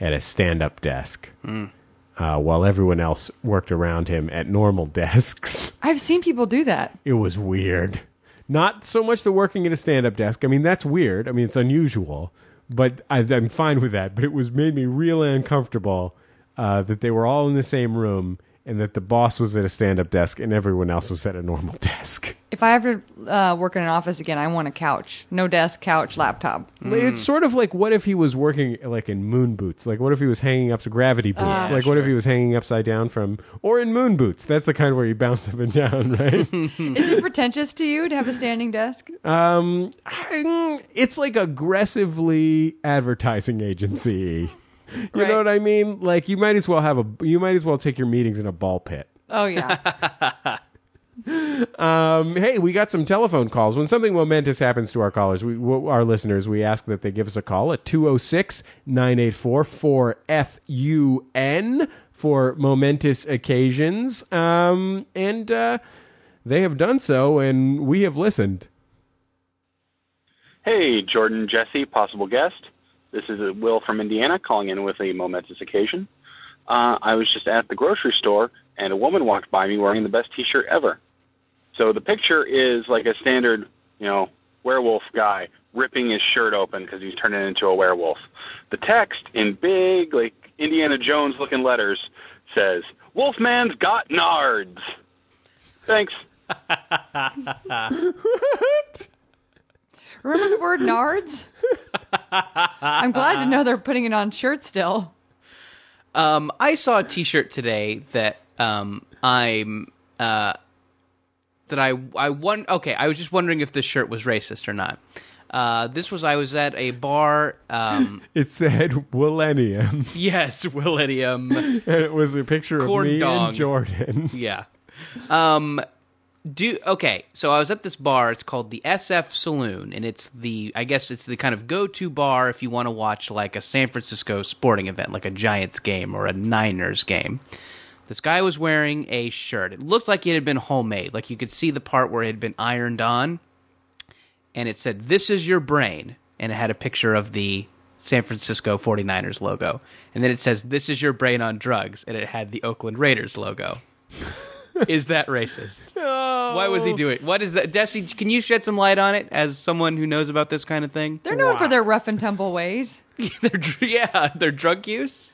Speaker 1: at a stand-up desk. Uh, while everyone else worked around him at normal desks.
Speaker 3: I've seen people do that.
Speaker 1: It was weird. Not so much the working at a stand-up desk. I mean, that's weird. I mean, it's unusual, but I, I'm fine with that. But it was made me really uncomfortable uh, that they were all in the same room and that the boss was at a stand-up desk and everyone else was at a normal desk.
Speaker 3: If I ever uh, work in an office again, I want a couch, no desk, couch, laptop.
Speaker 2: Mm.
Speaker 1: It's sort of like what if he was working like in moon boots? Like what if he was hanging up to gravity boots?
Speaker 2: Yeah,
Speaker 1: like what if
Speaker 2: sure.
Speaker 1: he was hanging upside down from or in moon boots? That's the kind where you bounce up and down, right?
Speaker 3: Is it pretentious to you to have a standing desk?
Speaker 1: Um, it's like aggressively advertising agency. You
Speaker 3: Right.
Speaker 1: know what I mean? Like you might as well have a you might as well take your meetings in a ball pit.
Speaker 3: Oh yeah.
Speaker 1: Um, hey, we got some telephone calls. When something momentous happens to our callers, we, w- our listeners, we ask that they give us a call at 206 984 4FUN for momentous occasions. Um, and uh, they have done so, and we have listened.
Speaker 4: Hey, Jordan, Jesse, possible guest. This is uh, Will from Indiana calling in with a momentous occasion. Uh, I was just at the grocery store and a woman walked by me wearing the best T-shirt ever. So the picture is like a standard, you know, werewolf guy ripping his shirt open because he's turning into a werewolf. The text in big, like Indiana Jones looking letters says, "Wolfman's got nards." Thanks.
Speaker 3: Remember the word nards? I'm glad to know they're putting it on shirts still.
Speaker 2: Um, I saw a T-shirt today that um, I'm uh, that I I won. Okay, I was just wondering if this shirt was racist or not. Uh, this was I was at a bar. Um,
Speaker 1: It said millennium.
Speaker 2: yes, Willidium.
Speaker 1: and it was a picture of
Speaker 2: Corn
Speaker 1: me
Speaker 2: dog.
Speaker 1: and Jordan.
Speaker 2: Yeah. Um, do okay. So I was at this bar. It's called the SF Saloon, and it's the I guess it's the kind of go-to bar if you want to watch like a San Francisco sporting event, like a Giants game or a Niners game. This guy was wearing a shirt. It looked like it had been homemade. Like you could see the part where it had been ironed on, and it said, "This is your brain," and it had a picture of the San Francisco 49ers logo. And then it says, "This is your brain on drugs," and it had the Oakland Raiders logo. is that racist? Why was he doing? What is that? Desi, can you shed some light on it as someone who knows about this kind of thing?
Speaker 3: They're known for their rough and tumble ways.
Speaker 2: their, dr- yeah, their drug use.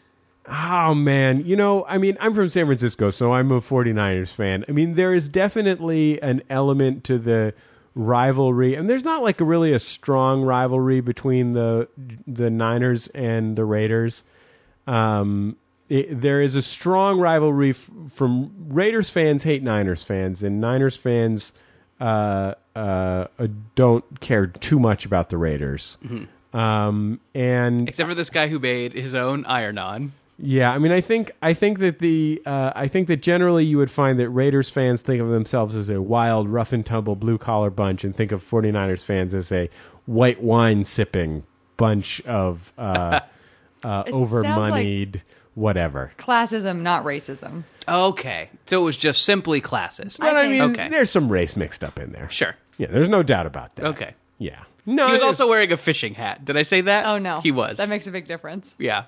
Speaker 1: Oh man, you know, I mean, I'm from San Francisco, so I'm a 49ers fan. I mean, there is definitely an element to the rivalry, and there's not like a really a strong rivalry between the the Niners and the Raiders. Um, it, there is a strong rivalry f- from Raiders fans hate Niners fans, and Niners fans uh, uh, don't care too much about the Raiders.
Speaker 2: Mm-hmm.
Speaker 1: Um, and
Speaker 2: Except for this guy who made his own iron on.
Speaker 1: yeah, I mean, I think I think that the uh, I think that generally you would find that Raiders fans think of themselves as a wild, rough and tumble, blue collar bunch, and think of 49ers fans as a white wine sipping bunch of uh, uh,
Speaker 3: It
Speaker 1: over
Speaker 3: sounds like-
Speaker 1: moneyed whatever.
Speaker 3: Classism, not racism.
Speaker 2: Okay, so it was just simply classist.
Speaker 1: But I,
Speaker 3: think-
Speaker 1: mean,
Speaker 2: Okay.
Speaker 1: there's some race mixed up in there.
Speaker 2: Sure.
Speaker 1: Yeah, there's no doubt about that.
Speaker 2: Okay.
Speaker 1: Yeah. No.
Speaker 2: He was
Speaker 1: it-
Speaker 2: also wearing a fishing hat. Did I say that?
Speaker 3: Oh no,
Speaker 2: He was.
Speaker 3: That makes a big difference.
Speaker 2: yeah.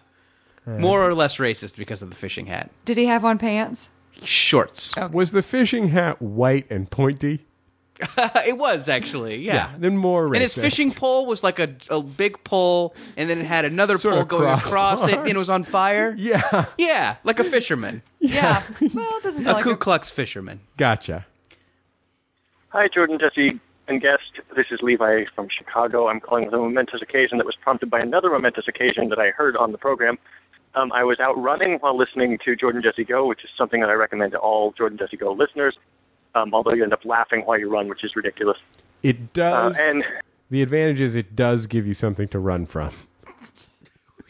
Speaker 1: Hmm.
Speaker 2: More or less racist because of the fishing hat.
Speaker 3: Did he have on pants?
Speaker 2: Shorts.
Speaker 3: Oh.
Speaker 1: was the fishing hat white and pointy.
Speaker 2: it was actually. Yeah.
Speaker 1: Then more.
Speaker 2: And his
Speaker 1: racist.
Speaker 2: fishing pole was like a, a big pole, and then it had another
Speaker 1: Sort
Speaker 2: pole
Speaker 1: of
Speaker 2: going across it,
Speaker 1: crossbar.
Speaker 2: and it was on fire.
Speaker 1: Yeah.
Speaker 2: Yeah, like a fisherman.
Speaker 3: Yeah. well, it doesn't sound
Speaker 2: a
Speaker 3: like
Speaker 2: Ku
Speaker 3: a
Speaker 2: Klux fisherman.
Speaker 1: Gotcha.
Speaker 4: Hi, Jordan, Jesse, and guest. This is Levi from Chicago. I'm calling with a momentous occasion that was prompted by another momentous occasion that I heard on the program. Um, I was out running while listening to Jordan Jesse Go, which is something that I recommend to all Jordan Jesse Go listeners, um, although you end up laughing while you run, which is ridiculous.
Speaker 1: It
Speaker 4: Uh,
Speaker 1: does.
Speaker 4: and
Speaker 1: The advantage is it does give you something to run from.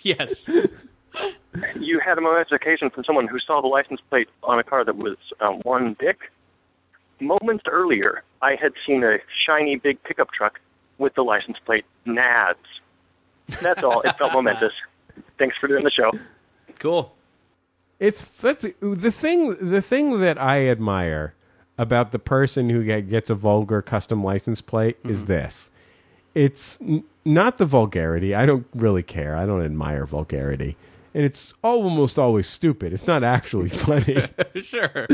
Speaker 2: Yes.
Speaker 4: you had a momentous occasion from someone who saw the license plate on a car that was um, one dick. Moments earlier, I had seen a shiny big pickup truck with the license plate NADS. That's all. It felt momentous. Thanks for doing the show.
Speaker 2: Cool.
Speaker 1: It's that's the thing. The thing that I admire about the person who get- gets a vulgar custom license plate is this: it's n- not the vulgarity. I don't really care. I don't admire vulgarity, and it's almost always stupid. It's not actually funny.
Speaker 2: sure.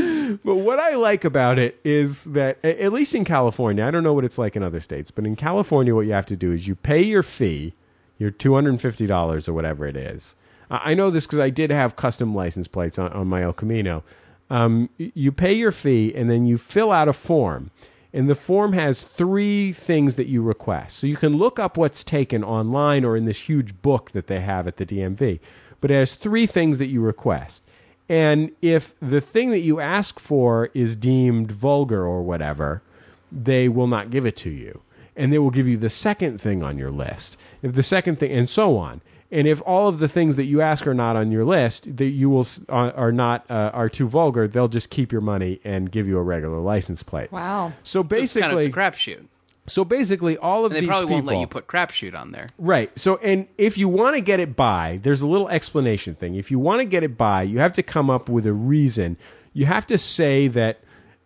Speaker 1: But what I like about it is that, a- at least in California, I don't know what it's like in other states, but in California, what you have to do is you pay your fee, your $250 or whatever it is. I I know this because I did have custom license plates on, on my El Camino. Um, y- you pay your fee and then you fill out a form. And the form has three things that you request. So you can look up what's taken online or in this huge book that they have at the DMV. But it has three things that you request. And if the thing that you ask for is deemed vulgar or whatever, they will not give it to you. and they will give you the second thing on your list. If the second thing, and so on. And if all of the things that you ask are not on your list, that you will s- are are not uh, are too vulgar, they'll just keep your money and give you a regular license plate.
Speaker 3: Wow.
Speaker 1: So
Speaker 2: It's kind of
Speaker 1: basically,
Speaker 2: it's a crapshoot. And
Speaker 1: so basically, all of
Speaker 2: they
Speaker 1: these
Speaker 2: probably
Speaker 1: people,
Speaker 2: won't let you put crapshoot on there.
Speaker 1: Right. So, and if you want to get it by, there's a little explanation thing. If you want to get it by, you have to come up with a reason. You have to say that,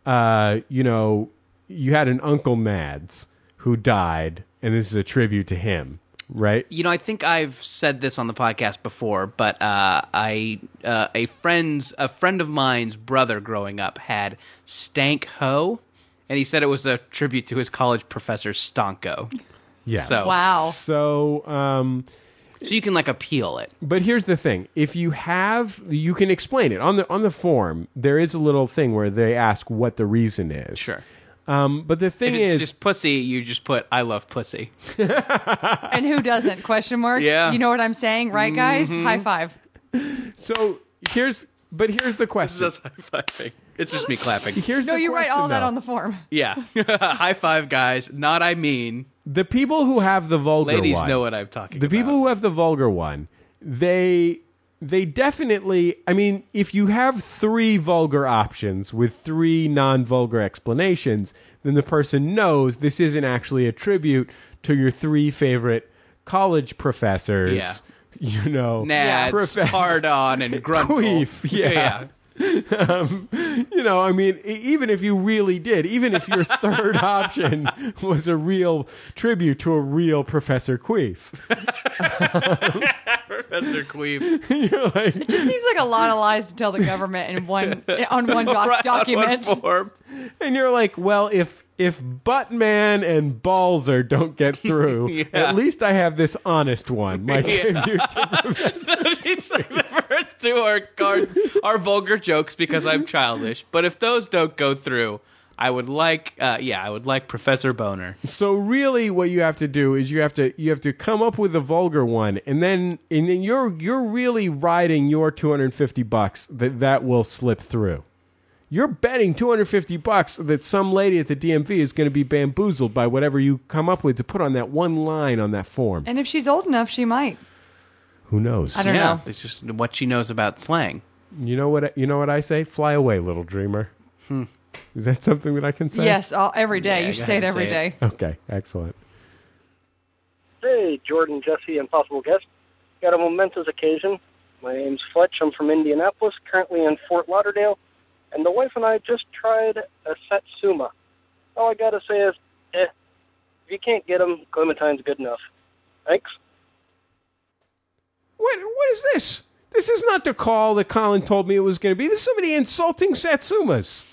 Speaker 1: uh, you know, you had an Uncle Mads who died, and this is a tribute to him, right?
Speaker 2: you know, I think I've said this on the podcast before, but uh, I uh, a friend's a friend of mine's brother growing up had Stank Ho, and he said it was a tribute to his college professor Stanko.
Speaker 1: Yeah.
Speaker 2: So
Speaker 3: Wow.
Speaker 1: So, um,
Speaker 2: so you can like appeal it.
Speaker 1: But here's the thing: if you have, you can explain it on the on the form. There is a little thing where they ask what the reason is.
Speaker 2: Sure.
Speaker 1: Um, but the
Speaker 2: If
Speaker 1: thing
Speaker 2: it's
Speaker 1: is,
Speaker 2: just pussy, you just put I love pussy.
Speaker 3: And who doesn't? Question mark.
Speaker 2: Yeah. Mm-hmm.
Speaker 3: You know what I'm saying, right, guys? High five.
Speaker 1: so here's. But here's the
Speaker 2: This
Speaker 1: question.
Speaker 2: is us high fiving. It's just me clapping.
Speaker 1: Here's
Speaker 3: No,
Speaker 1: the
Speaker 3: you write
Speaker 1: question,
Speaker 3: all that
Speaker 1: though.
Speaker 3: on the form.
Speaker 2: Yeah. high five, guys. Not I mean.
Speaker 1: the people who have the vulgar
Speaker 2: Ladies
Speaker 1: one.
Speaker 2: know what I'm talking
Speaker 1: the
Speaker 2: about.
Speaker 1: people who have the vulgar one, they they definitely. I mean, if you have three vulgar options with three non-vulgar explanations, then the person knows this isn't actually a tribute to your three favorite college professors.
Speaker 2: Yeah.
Speaker 1: You know,
Speaker 2: Nads,
Speaker 1: profess-
Speaker 2: hard on, and grumble.
Speaker 1: Queef, yeah. um, you know, I mean, e- even if you really did, even if your third option was a real tribute to a real Professor Queef,
Speaker 2: Professor Queef.
Speaker 1: you're like,
Speaker 3: It seems like a lot of lies to tell the government in one on one doc-
Speaker 2: Right, on one
Speaker 3: document.
Speaker 2: form.
Speaker 1: and you're like, well, if if Buttman and Balzer don't get through,
Speaker 2: Yeah.
Speaker 1: at least I have this honest one. My
Speaker 2: Yeah.
Speaker 1: tribute to Professor.
Speaker 2: it's like the first two are, are are vulgar jokes because I'm childish. But if those don't go through, I would like, uh, yeah, I would like Professor Boner.
Speaker 1: So really, what you have to do is you have to you have to come up with a vulgar one, and then and then you're you're really riding your 250 bucks that that will slip through. You're betting 250 bucks that some lady at the DMV is going to be bamboozled by whatever you come up with to put on that one line on that form.
Speaker 3: And if she's old enough, she might.
Speaker 1: Who knows?
Speaker 3: I don't
Speaker 2: yeah,
Speaker 3: know.
Speaker 2: it's just what she knows about slang.
Speaker 1: You know what? You know what I say? Fly away, little dreamer. Is that something that I can say?
Speaker 3: Yes, all, every day.
Speaker 2: Yeah,
Speaker 3: you
Speaker 2: go
Speaker 3: should say
Speaker 2: ahead
Speaker 3: it
Speaker 2: and
Speaker 3: every
Speaker 2: say
Speaker 3: day.
Speaker 2: it.
Speaker 1: Okay. Excellent.
Speaker 6: Hey, Jordan, Jesse, and possible guest. Got a momentous occasion. My name's Fletch. I'm from Indianapolis, currently in Fort Lauderdale, and the wife and I just tried a Satsuma. All I gotta say is, eh, if you can't get 'em, Clementine's good enough. Thanks.
Speaker 1: What? What is this? This is not the call that Colin told me it was going to be. This is somebody insulting Satsumas.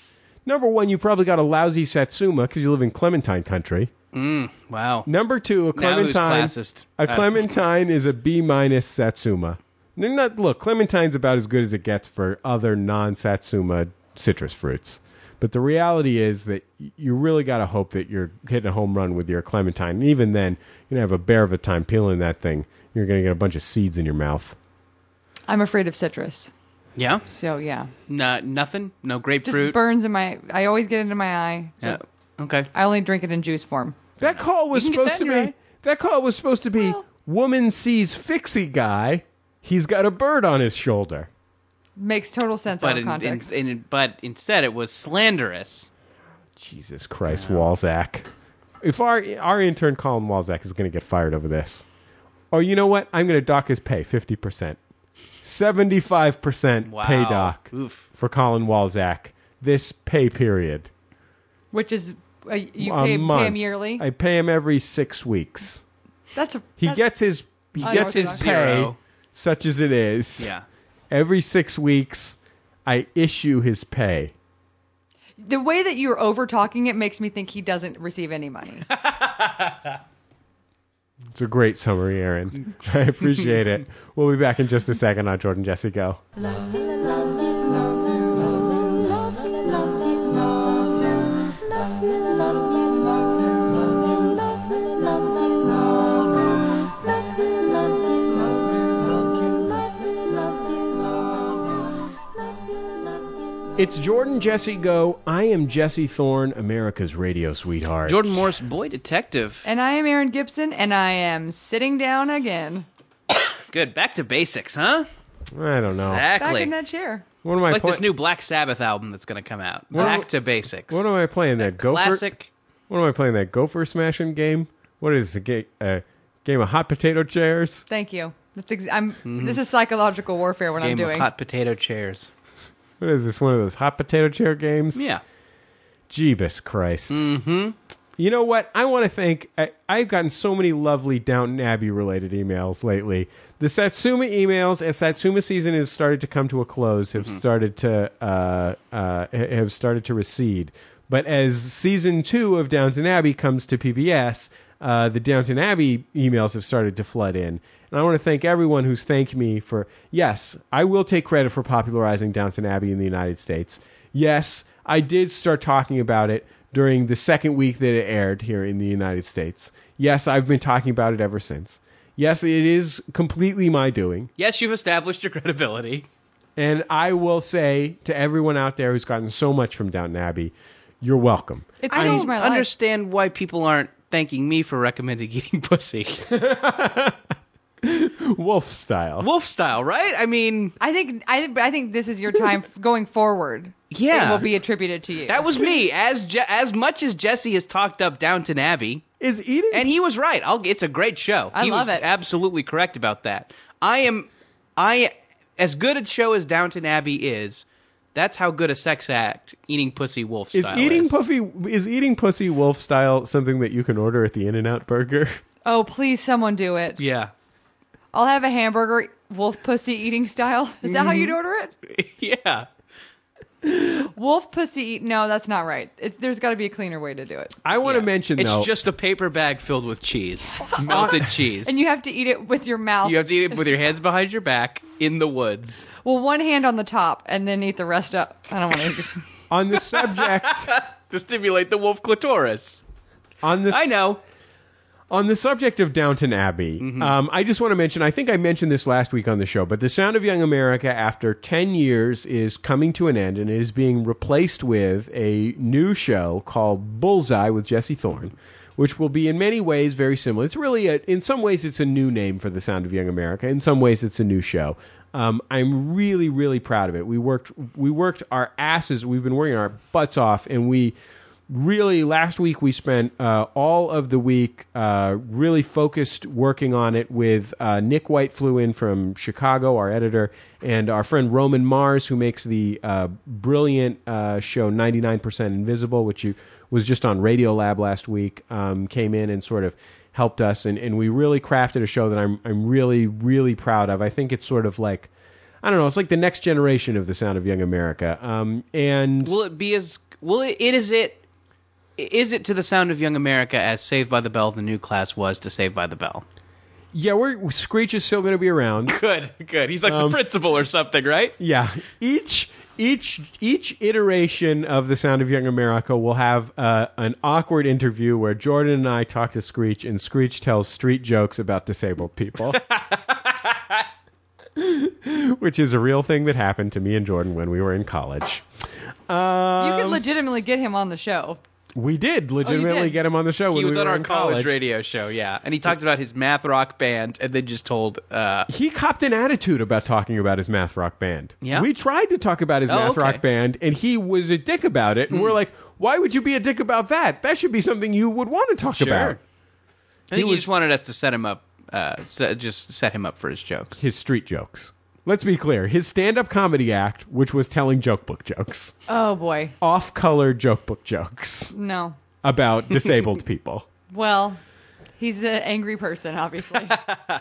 Speaker 1: Number one, you probably got a lousy Satsuma because you live in Clementine country.
Speaker 2: Mm, wow.
Speaker 1: Number two, a
Speaker 2: Now who's
Speaker 1: Clementine.
Speaker 2: classist?
Speaker 1: A
Speaker 2: Uh,
Speaker 1: Clementine is a B minus Satsuma. They're not. Look, Clementine's about as good as it gets for other non Satsuma citrus fruits. But the reality is that y- you really got to hope that you're hitting a home run with your Clementine. And even then, you're going to have a bear of a time peeling that thing. You're going to get a bunch of seeds in your mouth.
Speaker 3: I'm afraid of citrus.
Speaker 2: Yeah.
Speaker 3: So yeah,
Speaker 2: No, uh, nothing. No
Speaker 3: just
Speaker 2: grapefruit.
Speaker 3: burns in my. I always get it in my eye. So
Speaker 2: Yeah. Okay.
Speaker 3: I only drink it in juice form.
Speaker 1: That call was
Speaker 2: You can get
Speaker 1: supposed
Speaker 2: that
Speaker 1: to
Speaker 2: in
Speaker 1: be.
Speaker 2: your eye.
Speaker 1: That call was supposed to be.
Speaker 3: Well-
Speaker 1: woman sees fixie guy. He's got a bird on his shoulder.
Speaker 3: Makes total sense
Speaker 2: But
Speaker 3: out of
Speaker 2: in, in,
Speaker 3: context.
Speaker 2: in, but instead, it was slanderous.
Speaker 1: Jesus Christ, Walzak. If our our intern Colin Walzak is going to get fired over this, oh, you know what? I'm going to dock his pay 50%. 75%
Speaker 2: Wow.
Speaker 1: pay dock
Speaker 2: Oof.
Speaker 1: for Colin Walzak this pay period.
Speaker 3: which is uh, you
Speaker 1: a
Speaker 3: pay,
Speaker 1: month.
Speaker 3: pay him yearly.
Speaker 1: I pay him every 6 weeks.
Speaker 3: that's a,
Speaker 1: He
Speaker 3: that's-
Speaker 1: gets his he
Speaker 2: Oh,
Speaker 1: gets his
Speaker 3: Unorthodox.
Speaker 1: pay
Speaker 2: Zero.
Speaker 1: such as it is.
Speaker 2: Yeah.
Speaker 1: Every 6 weeks I issue his pay.
Speaker 3: the way that you're over talking it makes me think he doesn't receive any money.
Speaker 1: It's a great summary, Aaron. I appreciate it. We'll be back in just a second on Jordan Jesse Go. It's Jordan Jesse Go. I am Jesse Thorne, America's radio sweetheart.
Speaker 2: Jordan Morris, boy detective.
Speaker 3: And I am Aaron Gibson, and I am sitting down again.
Speaker 2: Good. Back to basics, huh?
Speaker 1: I don't know.
Speaker 3: Back
Speaker 2: Exactly.
Speaker 3: in that chair.
Speaker 1: What am I
Speaker 2: It's like
Speaker 1: play-
Speaker 2: this new Black Sabbath album that's going to come out.
Speaker 1: What-
Speaker 2: Back to basics.
Speaker 1: What am I playing? That gopher.
Speaker 2: Classic.
Speaker 1: What am I playing? That gopher smashing game. What is the game? Uh, game of hot potato chairs.
Speaker 3: Thank you. That's ex- I'm. This is psychological warfare. What I'm
Speaker 2: Mm-hmm. Game
Speaker 3: doing.
Speaker 2: of hot potato chairs.
Speaker 1: What is this? One of those hot potato chair games?
Speaker 2: Yeah.
Speaker 1: Jeebus Christ.
Speaker 2: Mm-hmm.
Speaker 1: You know what? I want to thank. I, I've gotten so many lovely Downton Abbey related emails lately. The Satsuma emails, as Satsuma season has started to come to a close, have started to uh, uh, ha- have started to recede. But as season two of Downton Abbey comes to PBS, uh, the Downton Abbey emails have started to flood in. And I want to thank everyone who's thanked me for. Yes, I will take credit for popularizing Downton Abbey in the United States. Yes, I did start talking about it during the second week that it aired here in the United States. Yes, I've been talking about it ever since. Yes, it is completely my doing.
Speaker 2: Yes, you've established your credibility.
Speaker 1: And I will say to everyone out there who's gotten so much from Downton Abbey, you're welcome.
Speaker 3: It's
Speaker 2: I
Speaker 3: changed
Speaker 2: don't
Speaker 3: my life.
Speaker 2: understand why people aren't thanking me for recommending eating pussy.
Speaker 1: Wolf style.
Speaker 2: Wolf style, right? I mean,
Speaker 3: I think I, I think this is your time f- going forward.
Speaker 2: yeah.
Speaker 3: It will be attributed to you.
Speaker 2: that was me. As Je- as much as Jesse has talked up Downton Abbey,
Speaker 1: Is eating
Speaker 2: and he was right. I'll, it's a great show.
Speaker 3: I
Speaker 2: he
Speaker 3: love
Speaker 2: was
Speaker 3: it.
Speaker 2: Absolutely correct about that. I am, I as good a show as Downton Abbey is. That's how good a sex act eating pussy wolf
Speaker 1: is
Speaker 2: style
Speaker 1: eating
Speaker 2: is.
Speaker 1: puffy is eating pussy wolf style something that you can order at the In and Out Burger?
Speaker 3: Oh, please, someone do it.
Speaker 2: Yeah,
Speaker 3: I'll have a hamburger, wolf pussy eating style. Is that how
Speaker 2: Mm-hmm.
Speaker 3: you'd order it?
Speaker 2: yeah.
Speaker 3: Wolf pussy eat? No, that's not right. It, there's got to be a cleaner way to do it.
Speaker 1: I want to
Speaker 2: Yeah.
Speaker 1: mention
Speaker 2: it's
Speaker 1: though,
Speaker 2: just a paper bag filled with cheese, melted cheese,
Speaker 3: And you have to eat it with your mouth.
Speaker 2: You have to eat it with your hands behind your back in the woods.
Speaker 3: well, one hand on the top, and then eat the rest up. I don't want to.
Speaker 1: on the subject
Speaker 2: to stimulate the wolf clitoris.
Speaker 1: on the
Speaker 2: I know.
Speaker 1: On the subject of Downton Abbey, um, I just want to mention I think I mentioned this last week on the show, but The Sound of Young America, after 10 years, is coming to an end and it is being replaced with a new show called Bullseye with Jesse Thorne, which will be in many ways very similar. It's really, a, in some ways, it's a new name for The Sound of Young America. In some ways, it's a new show. Um, I'm really, really proud of it. We worked, we worked our asses, we've been working our butts off, and we really last week we spent uh, all of the week uh, really focused working on it with uh, nick white flew in from chicago our editor and our friend roman mars who makes the uh, brilliant uh, show 99% invisible which you, was just on radio lab last week um, came in and sort of helped us and, and we really crafted a show that I'm, I'm really really proud of i think it's sort of like I don't know. It's like the next generation of the sound of young America. Um, and
Speaker 2: Will it be as will it, it is it is it to the sound of Young America as Saved by the Bell the new class was to Saved by the Bell?
Speaker 1: yeah, we're Screech is still going to be around.
Speaker 2: Good, good. He's
Speaker 1: Um,
Speaker 2: like the principal or something, right?
Speaker 1: Yeah. Each each each iteration of the Sound of Young America will have uh, an awkward interview where Jordan and I talk to Screech, and Screech tells street jokes about disabled people. Which is a real thing that happened to me and Jordan when we were in college.
Speaker 3: You
Speaker 1: Um,
Speaker 3: could legitimately get him on the show.
Speaker 1: we did legitimately
Speaker 3: did?
Speaker 1: get him on the show.
Speaker 2: Oh, He
Speaker 1: when
Speaker 2: was
Speaker 1: we
Speaker 2: on
Speaker 1: were
Speaker 2: our
Speaker 1: in
Speaker 2: college, radio show, yeah, and he talked about his math rock band, and then just told, uh,
Speaker 1: he copped an attitude about talking about his math rock band.
Speaker 2: Yeah?
Speaker 1: We tried to talk about his
Speaker 2: Oh,
Speaker 1: math
Speaker 2: okay. Hmm.
Speaker 1: rock band, and he was a dick about it. And we're like, why would you be a dick about that? That should be something you would want to talk
Speaker 2: Sure.
Speaker 1: about.
Speaker 2: I think he,
Speaker 1: was-
Speaker 2: just wanted us to set him up, uh, se- just set him up for his jokes.
Speaker 1: His street jokes. Let's be clear. His stand up comedy act, which was telling joke book jokes,
Speaker 3: Oh boy,
Speaker 1: off color joke book jokes
Speaker 3: no.
Speaker 1: about disabled people.
Speaker 3: Well, he's an angry person, obviously.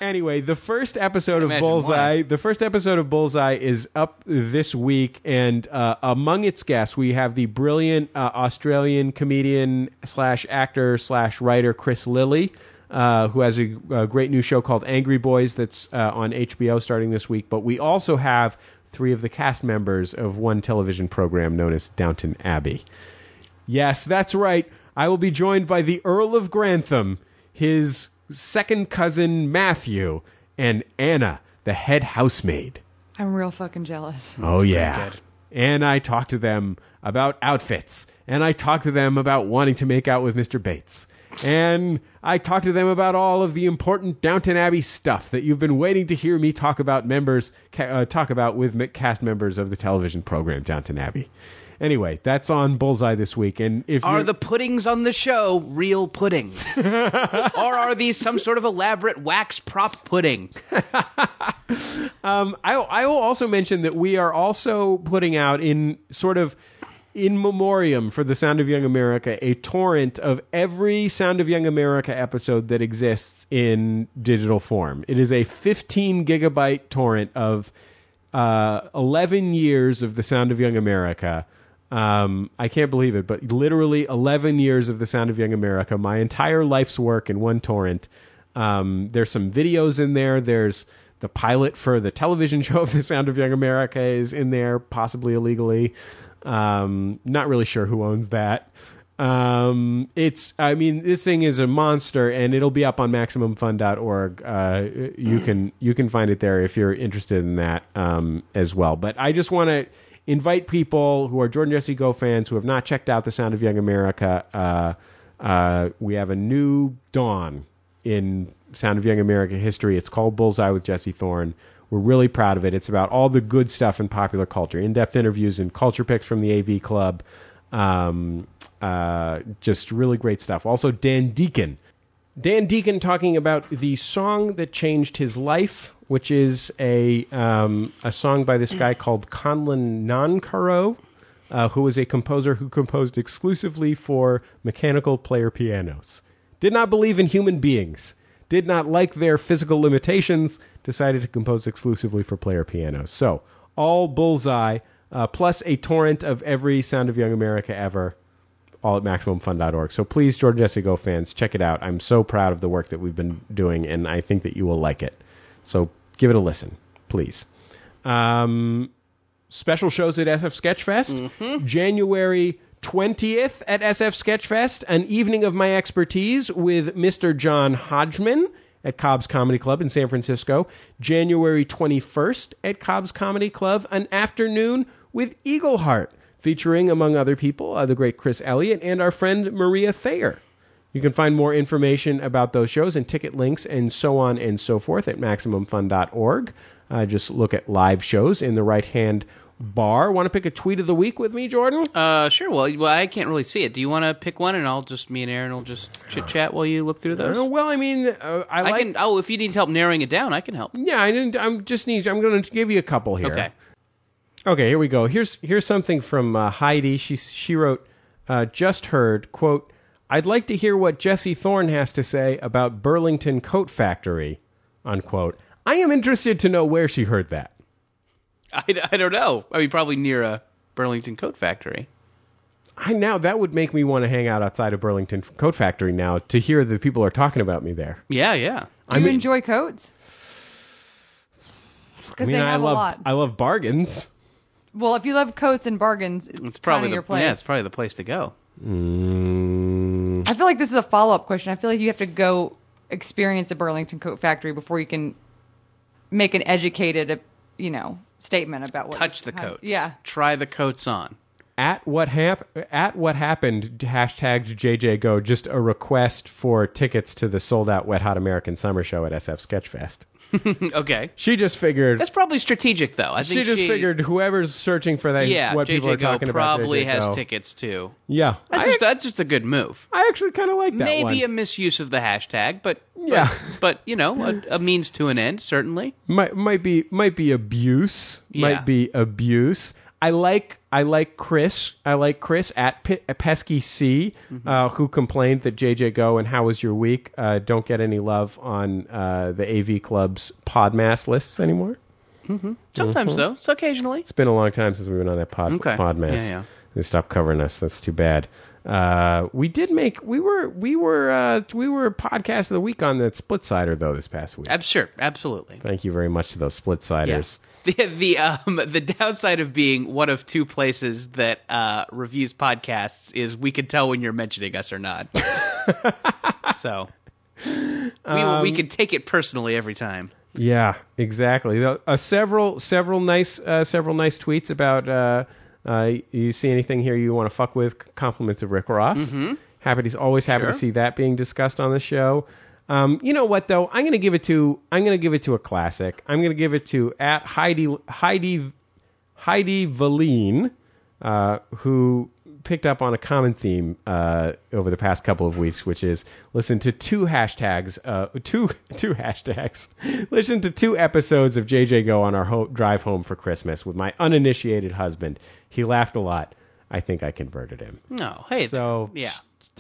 Speaker 1: anyway, the first episode of
Speaker 2: Imagine
Speaker 1: Bullseye, the first episode of Bullseye is up this week, and uh, among its guests, we have the brilliant uh, Australian comedian slash actor slash writer Chris Lilly. Uh, who has a, a great new show called Angry Boys that's uh, on HBO starting this week? But we also have three of the cast members of one television program known as Downton Abbey. Yes, that's right. I will be joined by the Earl of Grantham, his second cousin Matthew, and Anna, the head housemaid.
Speaker 2: Mm,
Speaker 3: I'm real fucking jealous.
Speaker 1: Oh yeah. and I talked to them about outfits, and I talked to them about wanting to make out with Mr. Bates, and I talked to them about all of the important Downton Abbey stuff that you've been waiting to hear me talk about members ca- uh, talk about with m- cast members of the television program Downton Abbey. Anyway, that's on Bullseye this week, and if
Speaker 2: Are
Speaker 1: you're-
Speaker 2: the puddings on the show real puddings? or are these some sort of elaborate wax prop pudding?
Speaker 1: Um, I, I will also mention that we are also putting out in sort of in memoriam for the Sound of Young America a torrent of every Sound of Young America episode that exists in digital form. It is a 15 gigabyte torrent of uh, 11 years of the Sound of Young America. Um, I can't believe it, but literally 11 years of the Sound of Young America, my entire life's work in one torrent. Um, there's some videos in there. There's the pilot for the television show of The Sound of Young America is in there, possibly illegally. Um, not really sure who owns that. Um, it's, I mean, this thing is a monster, and it'll be up on MaximumFun.org. Uh, you can you can find it there if you're interested in that um, as well. But I just want to invite people who are Jordan Jesse Go fans who have not checked out The Sound of Young America. Uh, uh, we have a new dawn in Sound of Young America history. It's called Bullseye with Jesse Thorne. We're really proud of it. It's about all the good stuff in popular culture, in-depth interviews and culture picks from the AV Club. Um, uh, just really great stuff. Also, Dan Deacon. Dan Deacon talking about the song that changed his life, which is a um, a song by this guy called Conlon Noncaro, uh, who was a composer who composed exclusively for mechanical player pianos did not believe in human beings, did not like their physical limitations, decided to compose exclusively for player pianos. So, all bullseye, uh, plus a torrent of every Sound of Young America ever, all at MaximumFun.org. So please, Jordan Jesse Go fans, check it out. I'm so proud of the work that we've been doing, and I think that you will like it. So give it a listen, please. Um, special shows at SF Sketchfest. January 20th at SF Sketchfest, an evening of my expertise with Mr. John Hodgman at Cobb's Comedy Club in San Francisco. January 21st at Cobb's Comedy Club, an afternoon with Eagleheart, featuring, among other people, uh, the great Chris Elliott and our friend Maria Thayer. You can find more information about those shows and ticket links and so on and so forth at MaximumFun.org. Uh, just look at live shows in the right hand bar. Want to pick a tweet of the week with me, Jordan?
Speaker 2: Uh, sure. Well, well, I can't really see it. Do you want to pick one, and I'll just me and Aaron will just chit chat while you look through those.
Speaker 1: Uh, well, I mean, uh, I,
Speaker 2: I
Speaker 1: like.
Speaker 2: can. Oh, if you need help narrowing it down, I can help.
Speaker 1: Yeah, I didn't. I'm just need. I'm going to give you a couple here.
Speaker 2: Okay.
Speaker 1: Okay, here we go. Here's here's something from uh, Heidi. She she wrote, uh, just heard quote. I'd like to hear what Jesse Thorne has to say about Burlington Coat Factory, unquote. I am interested to know where she heard that.
Speaker 2: I, I don't know. I mean, probably near a Burlington coat factory.
Speaker 1: I now that would make me want to hang out outside of Burlington Coat Factory now to hear that people are talking about me there.
Speaker 2: Yeah, yeah.
Speaker 3: Do
Speaker 1: I
Speaker 3: you
Speaker 1: mean,
Speaker 3: enjoy coats?
Speaker 1: I
Speaker 3: Because
Speaker 1: mean,
Speaker 3: they
Speaker 1: I
Speaker 3: have
Speaker 1: love
Speaker 3: a lot.
Speaker 1: I love bargains.
Speaker 3: Well, if you love coats and bargains, it's,
Speaker 2: It's probably
Speaker 3: Mm, kinda
Speaker 2: the
Speaker 3: your place.
Speaker 2: yeah, it's probably the place to go.
Speaker 1: Mm,
Speaker 3: I feel like this is a follow up question. I feel like you have to go experience a Burlington coat factory before you can make an educated, you know, statement about what.
Speaker 2: Touch the
Speaker 3: how-
Speaker 2: coats.
Speaker 3: Yeah.
Speaker 2: Try the coats on.
Speaker 1: at what hap- at what happened hashtag JJ Go just a request for tickets to the sold out Wet Hot American Summer Show at SF Sketchfest.
Speaker 2: okay.
Speaker 1: She just figured
Speaker 2: That's probably strategic, though. I think
Speaker 1: she just figured whoever's searching for that
Speaker 2: Yeah,
Speaker 1: what
Speaker 2: JJ
Speaker 1: people are
Speaker 2: Go
Speaker 1: talking about
Speaker 2: probably
Speaker 1: JJ
Speaker 2: has
Speaker 1: Go.
Speaker 2: tickets too.
Speaker 1: Yeah,
Speaker 2: That's
Speaker 1: I,
Speaker 2: just that's just a good move.
Speaker 1: I actually kind of like that
Speaker 2: Maybe a
Speaker 1: one.
Speaker 2: misuse of the hashtag, but
Speaker 1: Yeah.
Speaker 2: but, but you know, a, a means to an end, certainly.
Speaker 1: might might be might be abuse
Speaker 2: Yeah.
Speaker 1: might be abuse i like i like chris i like chris at, P- at pesky c
Speaker 2: Mm-hmm.
Speaker 1: uh, who complained that jj go and how was your week uh, don't get any love on uh, the av club's podmass lists anymore
Speaker 2: Sometimes
Speaker 1: Mm-hmm.
Speaker 2: though, so occasionally.
Speaker 1: it's been a long time since we've been on that pod
Speaker 2: Okay.
Speaker 1: podmass
Speaker 2: Yeah, yeah.
Speaker 1: they stopped covering us that's too bad uh, we did make we were we were uh, we were podcast of the week on the split sider though this past week
Speaker 2: Ab- sure, absolutely.
Speaker 1: thank you very much to those split siders
Speaker 2: The the um the downside of being one of two places that uh reviews podcasts is we can tell when you're mentioning us or not.
Speaker 1: Um,
Speaker 2: so we we can take it personally every time.
Speaker 1: Yeah, exactly. The- Uh, several, several nice, uh, several nice tweets about. Uh, uh, you see anything here you want to fuck with? Compliments of Rick Ross. Happy to always happy to
Speaker 2: Sure.
Speaker 1: see that being discussed on the show. Um, you know what though? I'm gonna give it to I'm gonna give it to a classic. I'm gonna give it to at Heidi Heidi Heidi Valine, uh, who picked up on a common theme uh, over the past couple of weeks, which is listen to two hashtags, uh, two two hashtags, listen to two episodes of JJ Go on our ho- drive home for Christmas with my uninitiated husband. He laughed a lot. I think I converted him.
Speaker 2: No, Oh, hey,
Speaker 1: so
Speaker 2: yeah.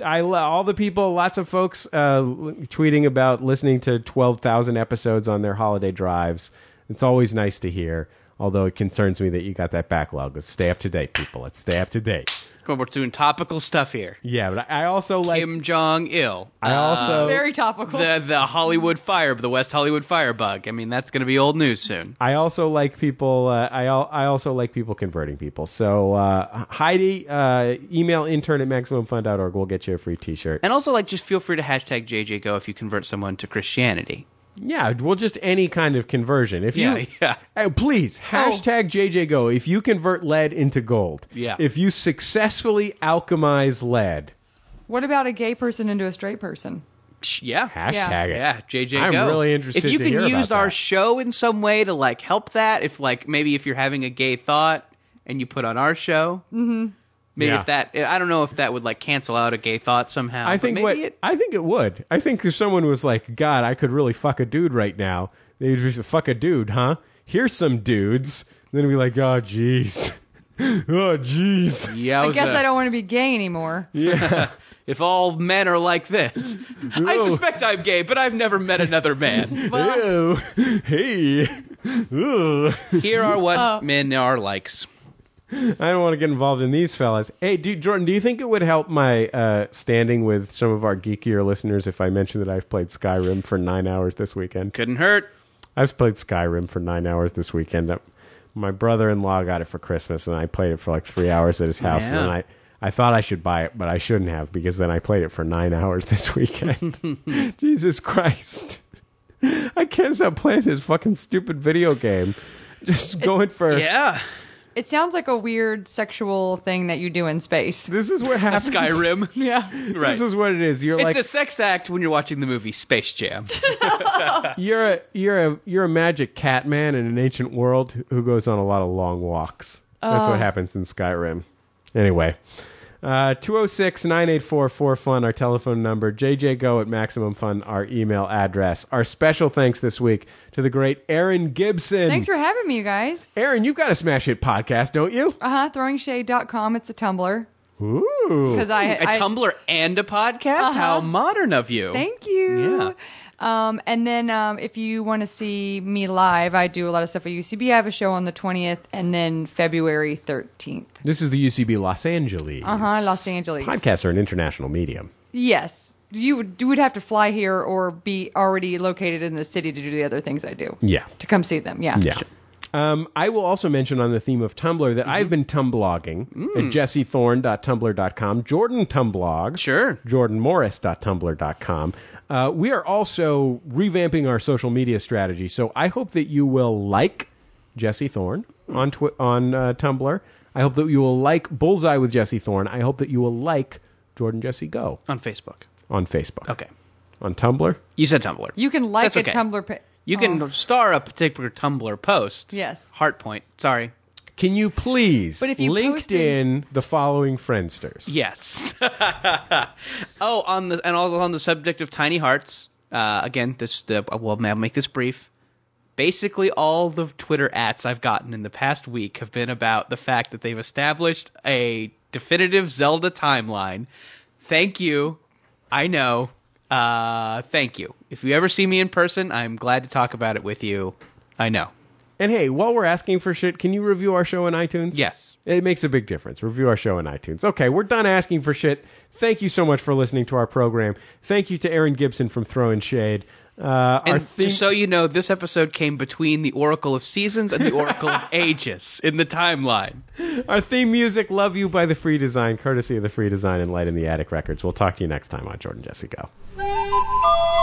Speaker 1: I lo- all the people, lots of folks uh, l- tweeting about listening to 12,000 episodes on their holiday drives. It's always nice to hear. Although it concerns me that you got that backlog. Let's stay up to date, people. Let's stay up to date.
Speaker 2: Come on, we're doing topical stuff here.
Speaker 1: Yeah, but I I also like.
Speaker 2: Kim Jong Il.
Speaker 1: I
Speaker 2: uh,
Speaker 1: also
Speaker 3: Very topical.
Speaker 2: the the Hollywood fire, the West Hollywood firebug. I mean, that's going to be old news soon.
Speaker 1: I also like people. Uh, I al- I also like people converting people. So uh, Heidi, uh, email intern at maximumfun.org. We'll get you a free T-shirt.
Speaker 2: And also, like, just feel free to hashtag JJGo if you convert someone to Christianity.
Speaker 1: Yeah, well, just any kind of conversion. If
Speaker 2: Yeah,
Speaker 1: you,
Speaker 2: yeah. Oh.
Speaker 1: Hey, please hashtag JJGo if you convert lead into gold.
Speaker 2: Yeah.
Speaker 1: If you successfully alchemize lead,
Speaker 3: What about a gay person into a straight person?
Speaker 2: Sh- Yeah.
Speaker 1: hashtag
Speaker 3: Yeah.
Speaker 1: it.
Speaker 2: Yeah, JJ.
Speaker 1: I'm
Speaker 2: Go.
Speaker 1: really interested
Speaker 2: If you
Speaker 1: to
Speaker 2: can
Speaker 1: hear
Speaker 2: use
Speaker 1: about
Speaker 2: our
Speaker 1: that.
Speaker 2: show in some way to like help that, if like maybe if you're having a gay thought and you put on our show, mm-hmm. maybe
Speaker 1: Yeah.
Speaker 2: if that I don't know if that would like cancel out a gay thought somehow.
Speaker 1: I
Speaker 2: but
Speaker 1: think
Speaker 2: maybe
Speaker 1: what
Speaker 2: it,
Speaker 1: I think it would. I think if someone was like, God, I could really fuck a dude right now. They'd be like, fuck a dude, huh? Here's some dudes. then we'd be like, oh jeez, oh jeez.
Speaker 2: yeah,
Speaker 3: I
Speaker 2: was
Speaker 3: guess
Speaker 2: a-
Speaker 3: I don't want to be gay anymore.
Speaker 1: Yeah.
Speaker 2: If all men are like this, I
Speaker 1: Whoa.
Speaker 2: suspect I'm gay, but I've never met another man.
Speaker 1: Ew. Hey. Ugh.
Speaker 2: um, Here are what
Speaker 3: Oh.
Speaker 2: men are likes.
Speaker 1: I don't want to get involved in these fellas. Hey, do, Jordan, do you think it would help my uh, standing with some of our geekier listeners if I mentioned that I've played Skyrim for nine hours this weekend?
Speaker 2: Couldn't hurt.
Speaker 1: I've played Skyrim for nine hours this weekend. Uh, My brother-in-law got it for Christmas, and I played it for like three hours at his house, and
Speaker 2: Yeah.
Speaker 1: then I. I thought I should buy it, but I shouldn't have because then I played it for nine hours this weekend. Jesus Christ. I can't stop playing this fucking stupid video game. Just going for.
Speaker 2: Yeah.
Speaker 3: It sounds like a weird sexual thing that you do in space.
Speaker 1: This is what happens.
Speaker 2: Skyrim.
Speaker 3: Yeah.
Speaker 2: Right.
Speaker 1: This is what it is. You're
Speaker 2: it's
Speaker 1: like
Speaker 2: a sex act when you're watching the movie Space Jam.
Speaker 1: you're a you're a you're a magic cat man in an ancient world who goes on a lot of long walks. That's
Speaker 3: Oh.
Speaker 1: what happens in Skyrim. Anyway, uh, 206-984-4FUN, our telephone number, jjgo at MaximumFun, our email address. Our special thanks this week to the great Aaron Gibson.
Speaker 3: Thanks for having me, you guys.
Speaker 1: Aaron, you've got a smash hit podcast, don't you?
Speaker 3: Uh huh. Throwingshade.com. It's a Tumblr.
Speaker 1: Ooh.
Speaker 3: Because Uh, I,
Speaker 2: a
Speaker 3: I- Uh-huh.
Speaker 2: Tumblr and a podcast? How modern of you.
Speaker 3: Thank you.
Speaker 2: Yeah.
Speaker 3: Um, and then um, if you want to see me live, I do a lot of stuff at UCB. I have a show on the 20th and then February 13th.
Speaker 1: This is the UCB Los Angeles.
Speaker 3: Uh huh. Los Angeles.
Speaker 1: Podcasts are an international medium.
Speaker 3: Yes. You would, you would have to fly here or be already located in the city to do the other things I do
Speaker 1: Yeah.
Speaker 3: to come see them. Yeah.
Speaker 1: Yeah. Um, I will also mention on the theme of Tumblr that I've been tumblogging at jessethorn.tumblr.com, Jordan Tumblog,
Speaker 2: Sure.
Speaker 1: jordanmorris.tumblr.com. Uh, we are also revamping our social media strategy, so I hope that you will like Jesse Thorne on twi- on uh, Tumblr. I hope that you will like Bullseye with Jesse Thorne. I hope that you will like Jordan Jesse Go
Speaker 2: On Facebook.
Speaker 1: on Facebook.
Speaker 2: Okay.
Speaker 1: On Tumblr?
Speaker 2: You said Tumblr.
Speaker 3: You can like
Speaker 2: That's
Speaker 3: a
Speaker 2: okay.
Speaker 3: Tumblr page.
Speaker 2: You can star a particular Tumblr post.
Speaker 3: Yes.
Speaker 2: Heart point. Sorry.
Speaker 1: Can you please
Speaker 3: But if you
Speaker 1: LinkedIn
Speaker 3: posted-
Speaker 1: the following friendsters?
Speaker 2: Yes. oh, on the and also on the subject of tiny hearts. Uh, again, this uh, well, I'll make this brief. Basically, all the Twitter ats I've gotten in the past week have been about the fact that they've established a definitive Zelda timeline. Thank you. I know. Uh, thank you. If you ever see me in person, I'm glad to talk about it with you. I know.
Speaker 1: And hey, while we're asking for shit, can you review our show on iTunes?
Speaker 2: Yes.
Speaker 1: It makes a big difference. Review our show on iTunes. Okay, we're done asking for shit. Thank you so much for listening to our program. Thank you to Aaron Gibson from Throwing Shade. Uh, our
Speaker 2: And
Speaker 1: theme-
Speaker 2: just so you know, this episode came between the Oracle of Seasons and the Oracle of Ages in the timeline.
Speaker 1: Our theme music, Love You by The Free Design, courtesy of The Free Design and Light in the Attic Records. We'll talk to you next time on Jordan Jesse Go.
Speaker 7: Thank you.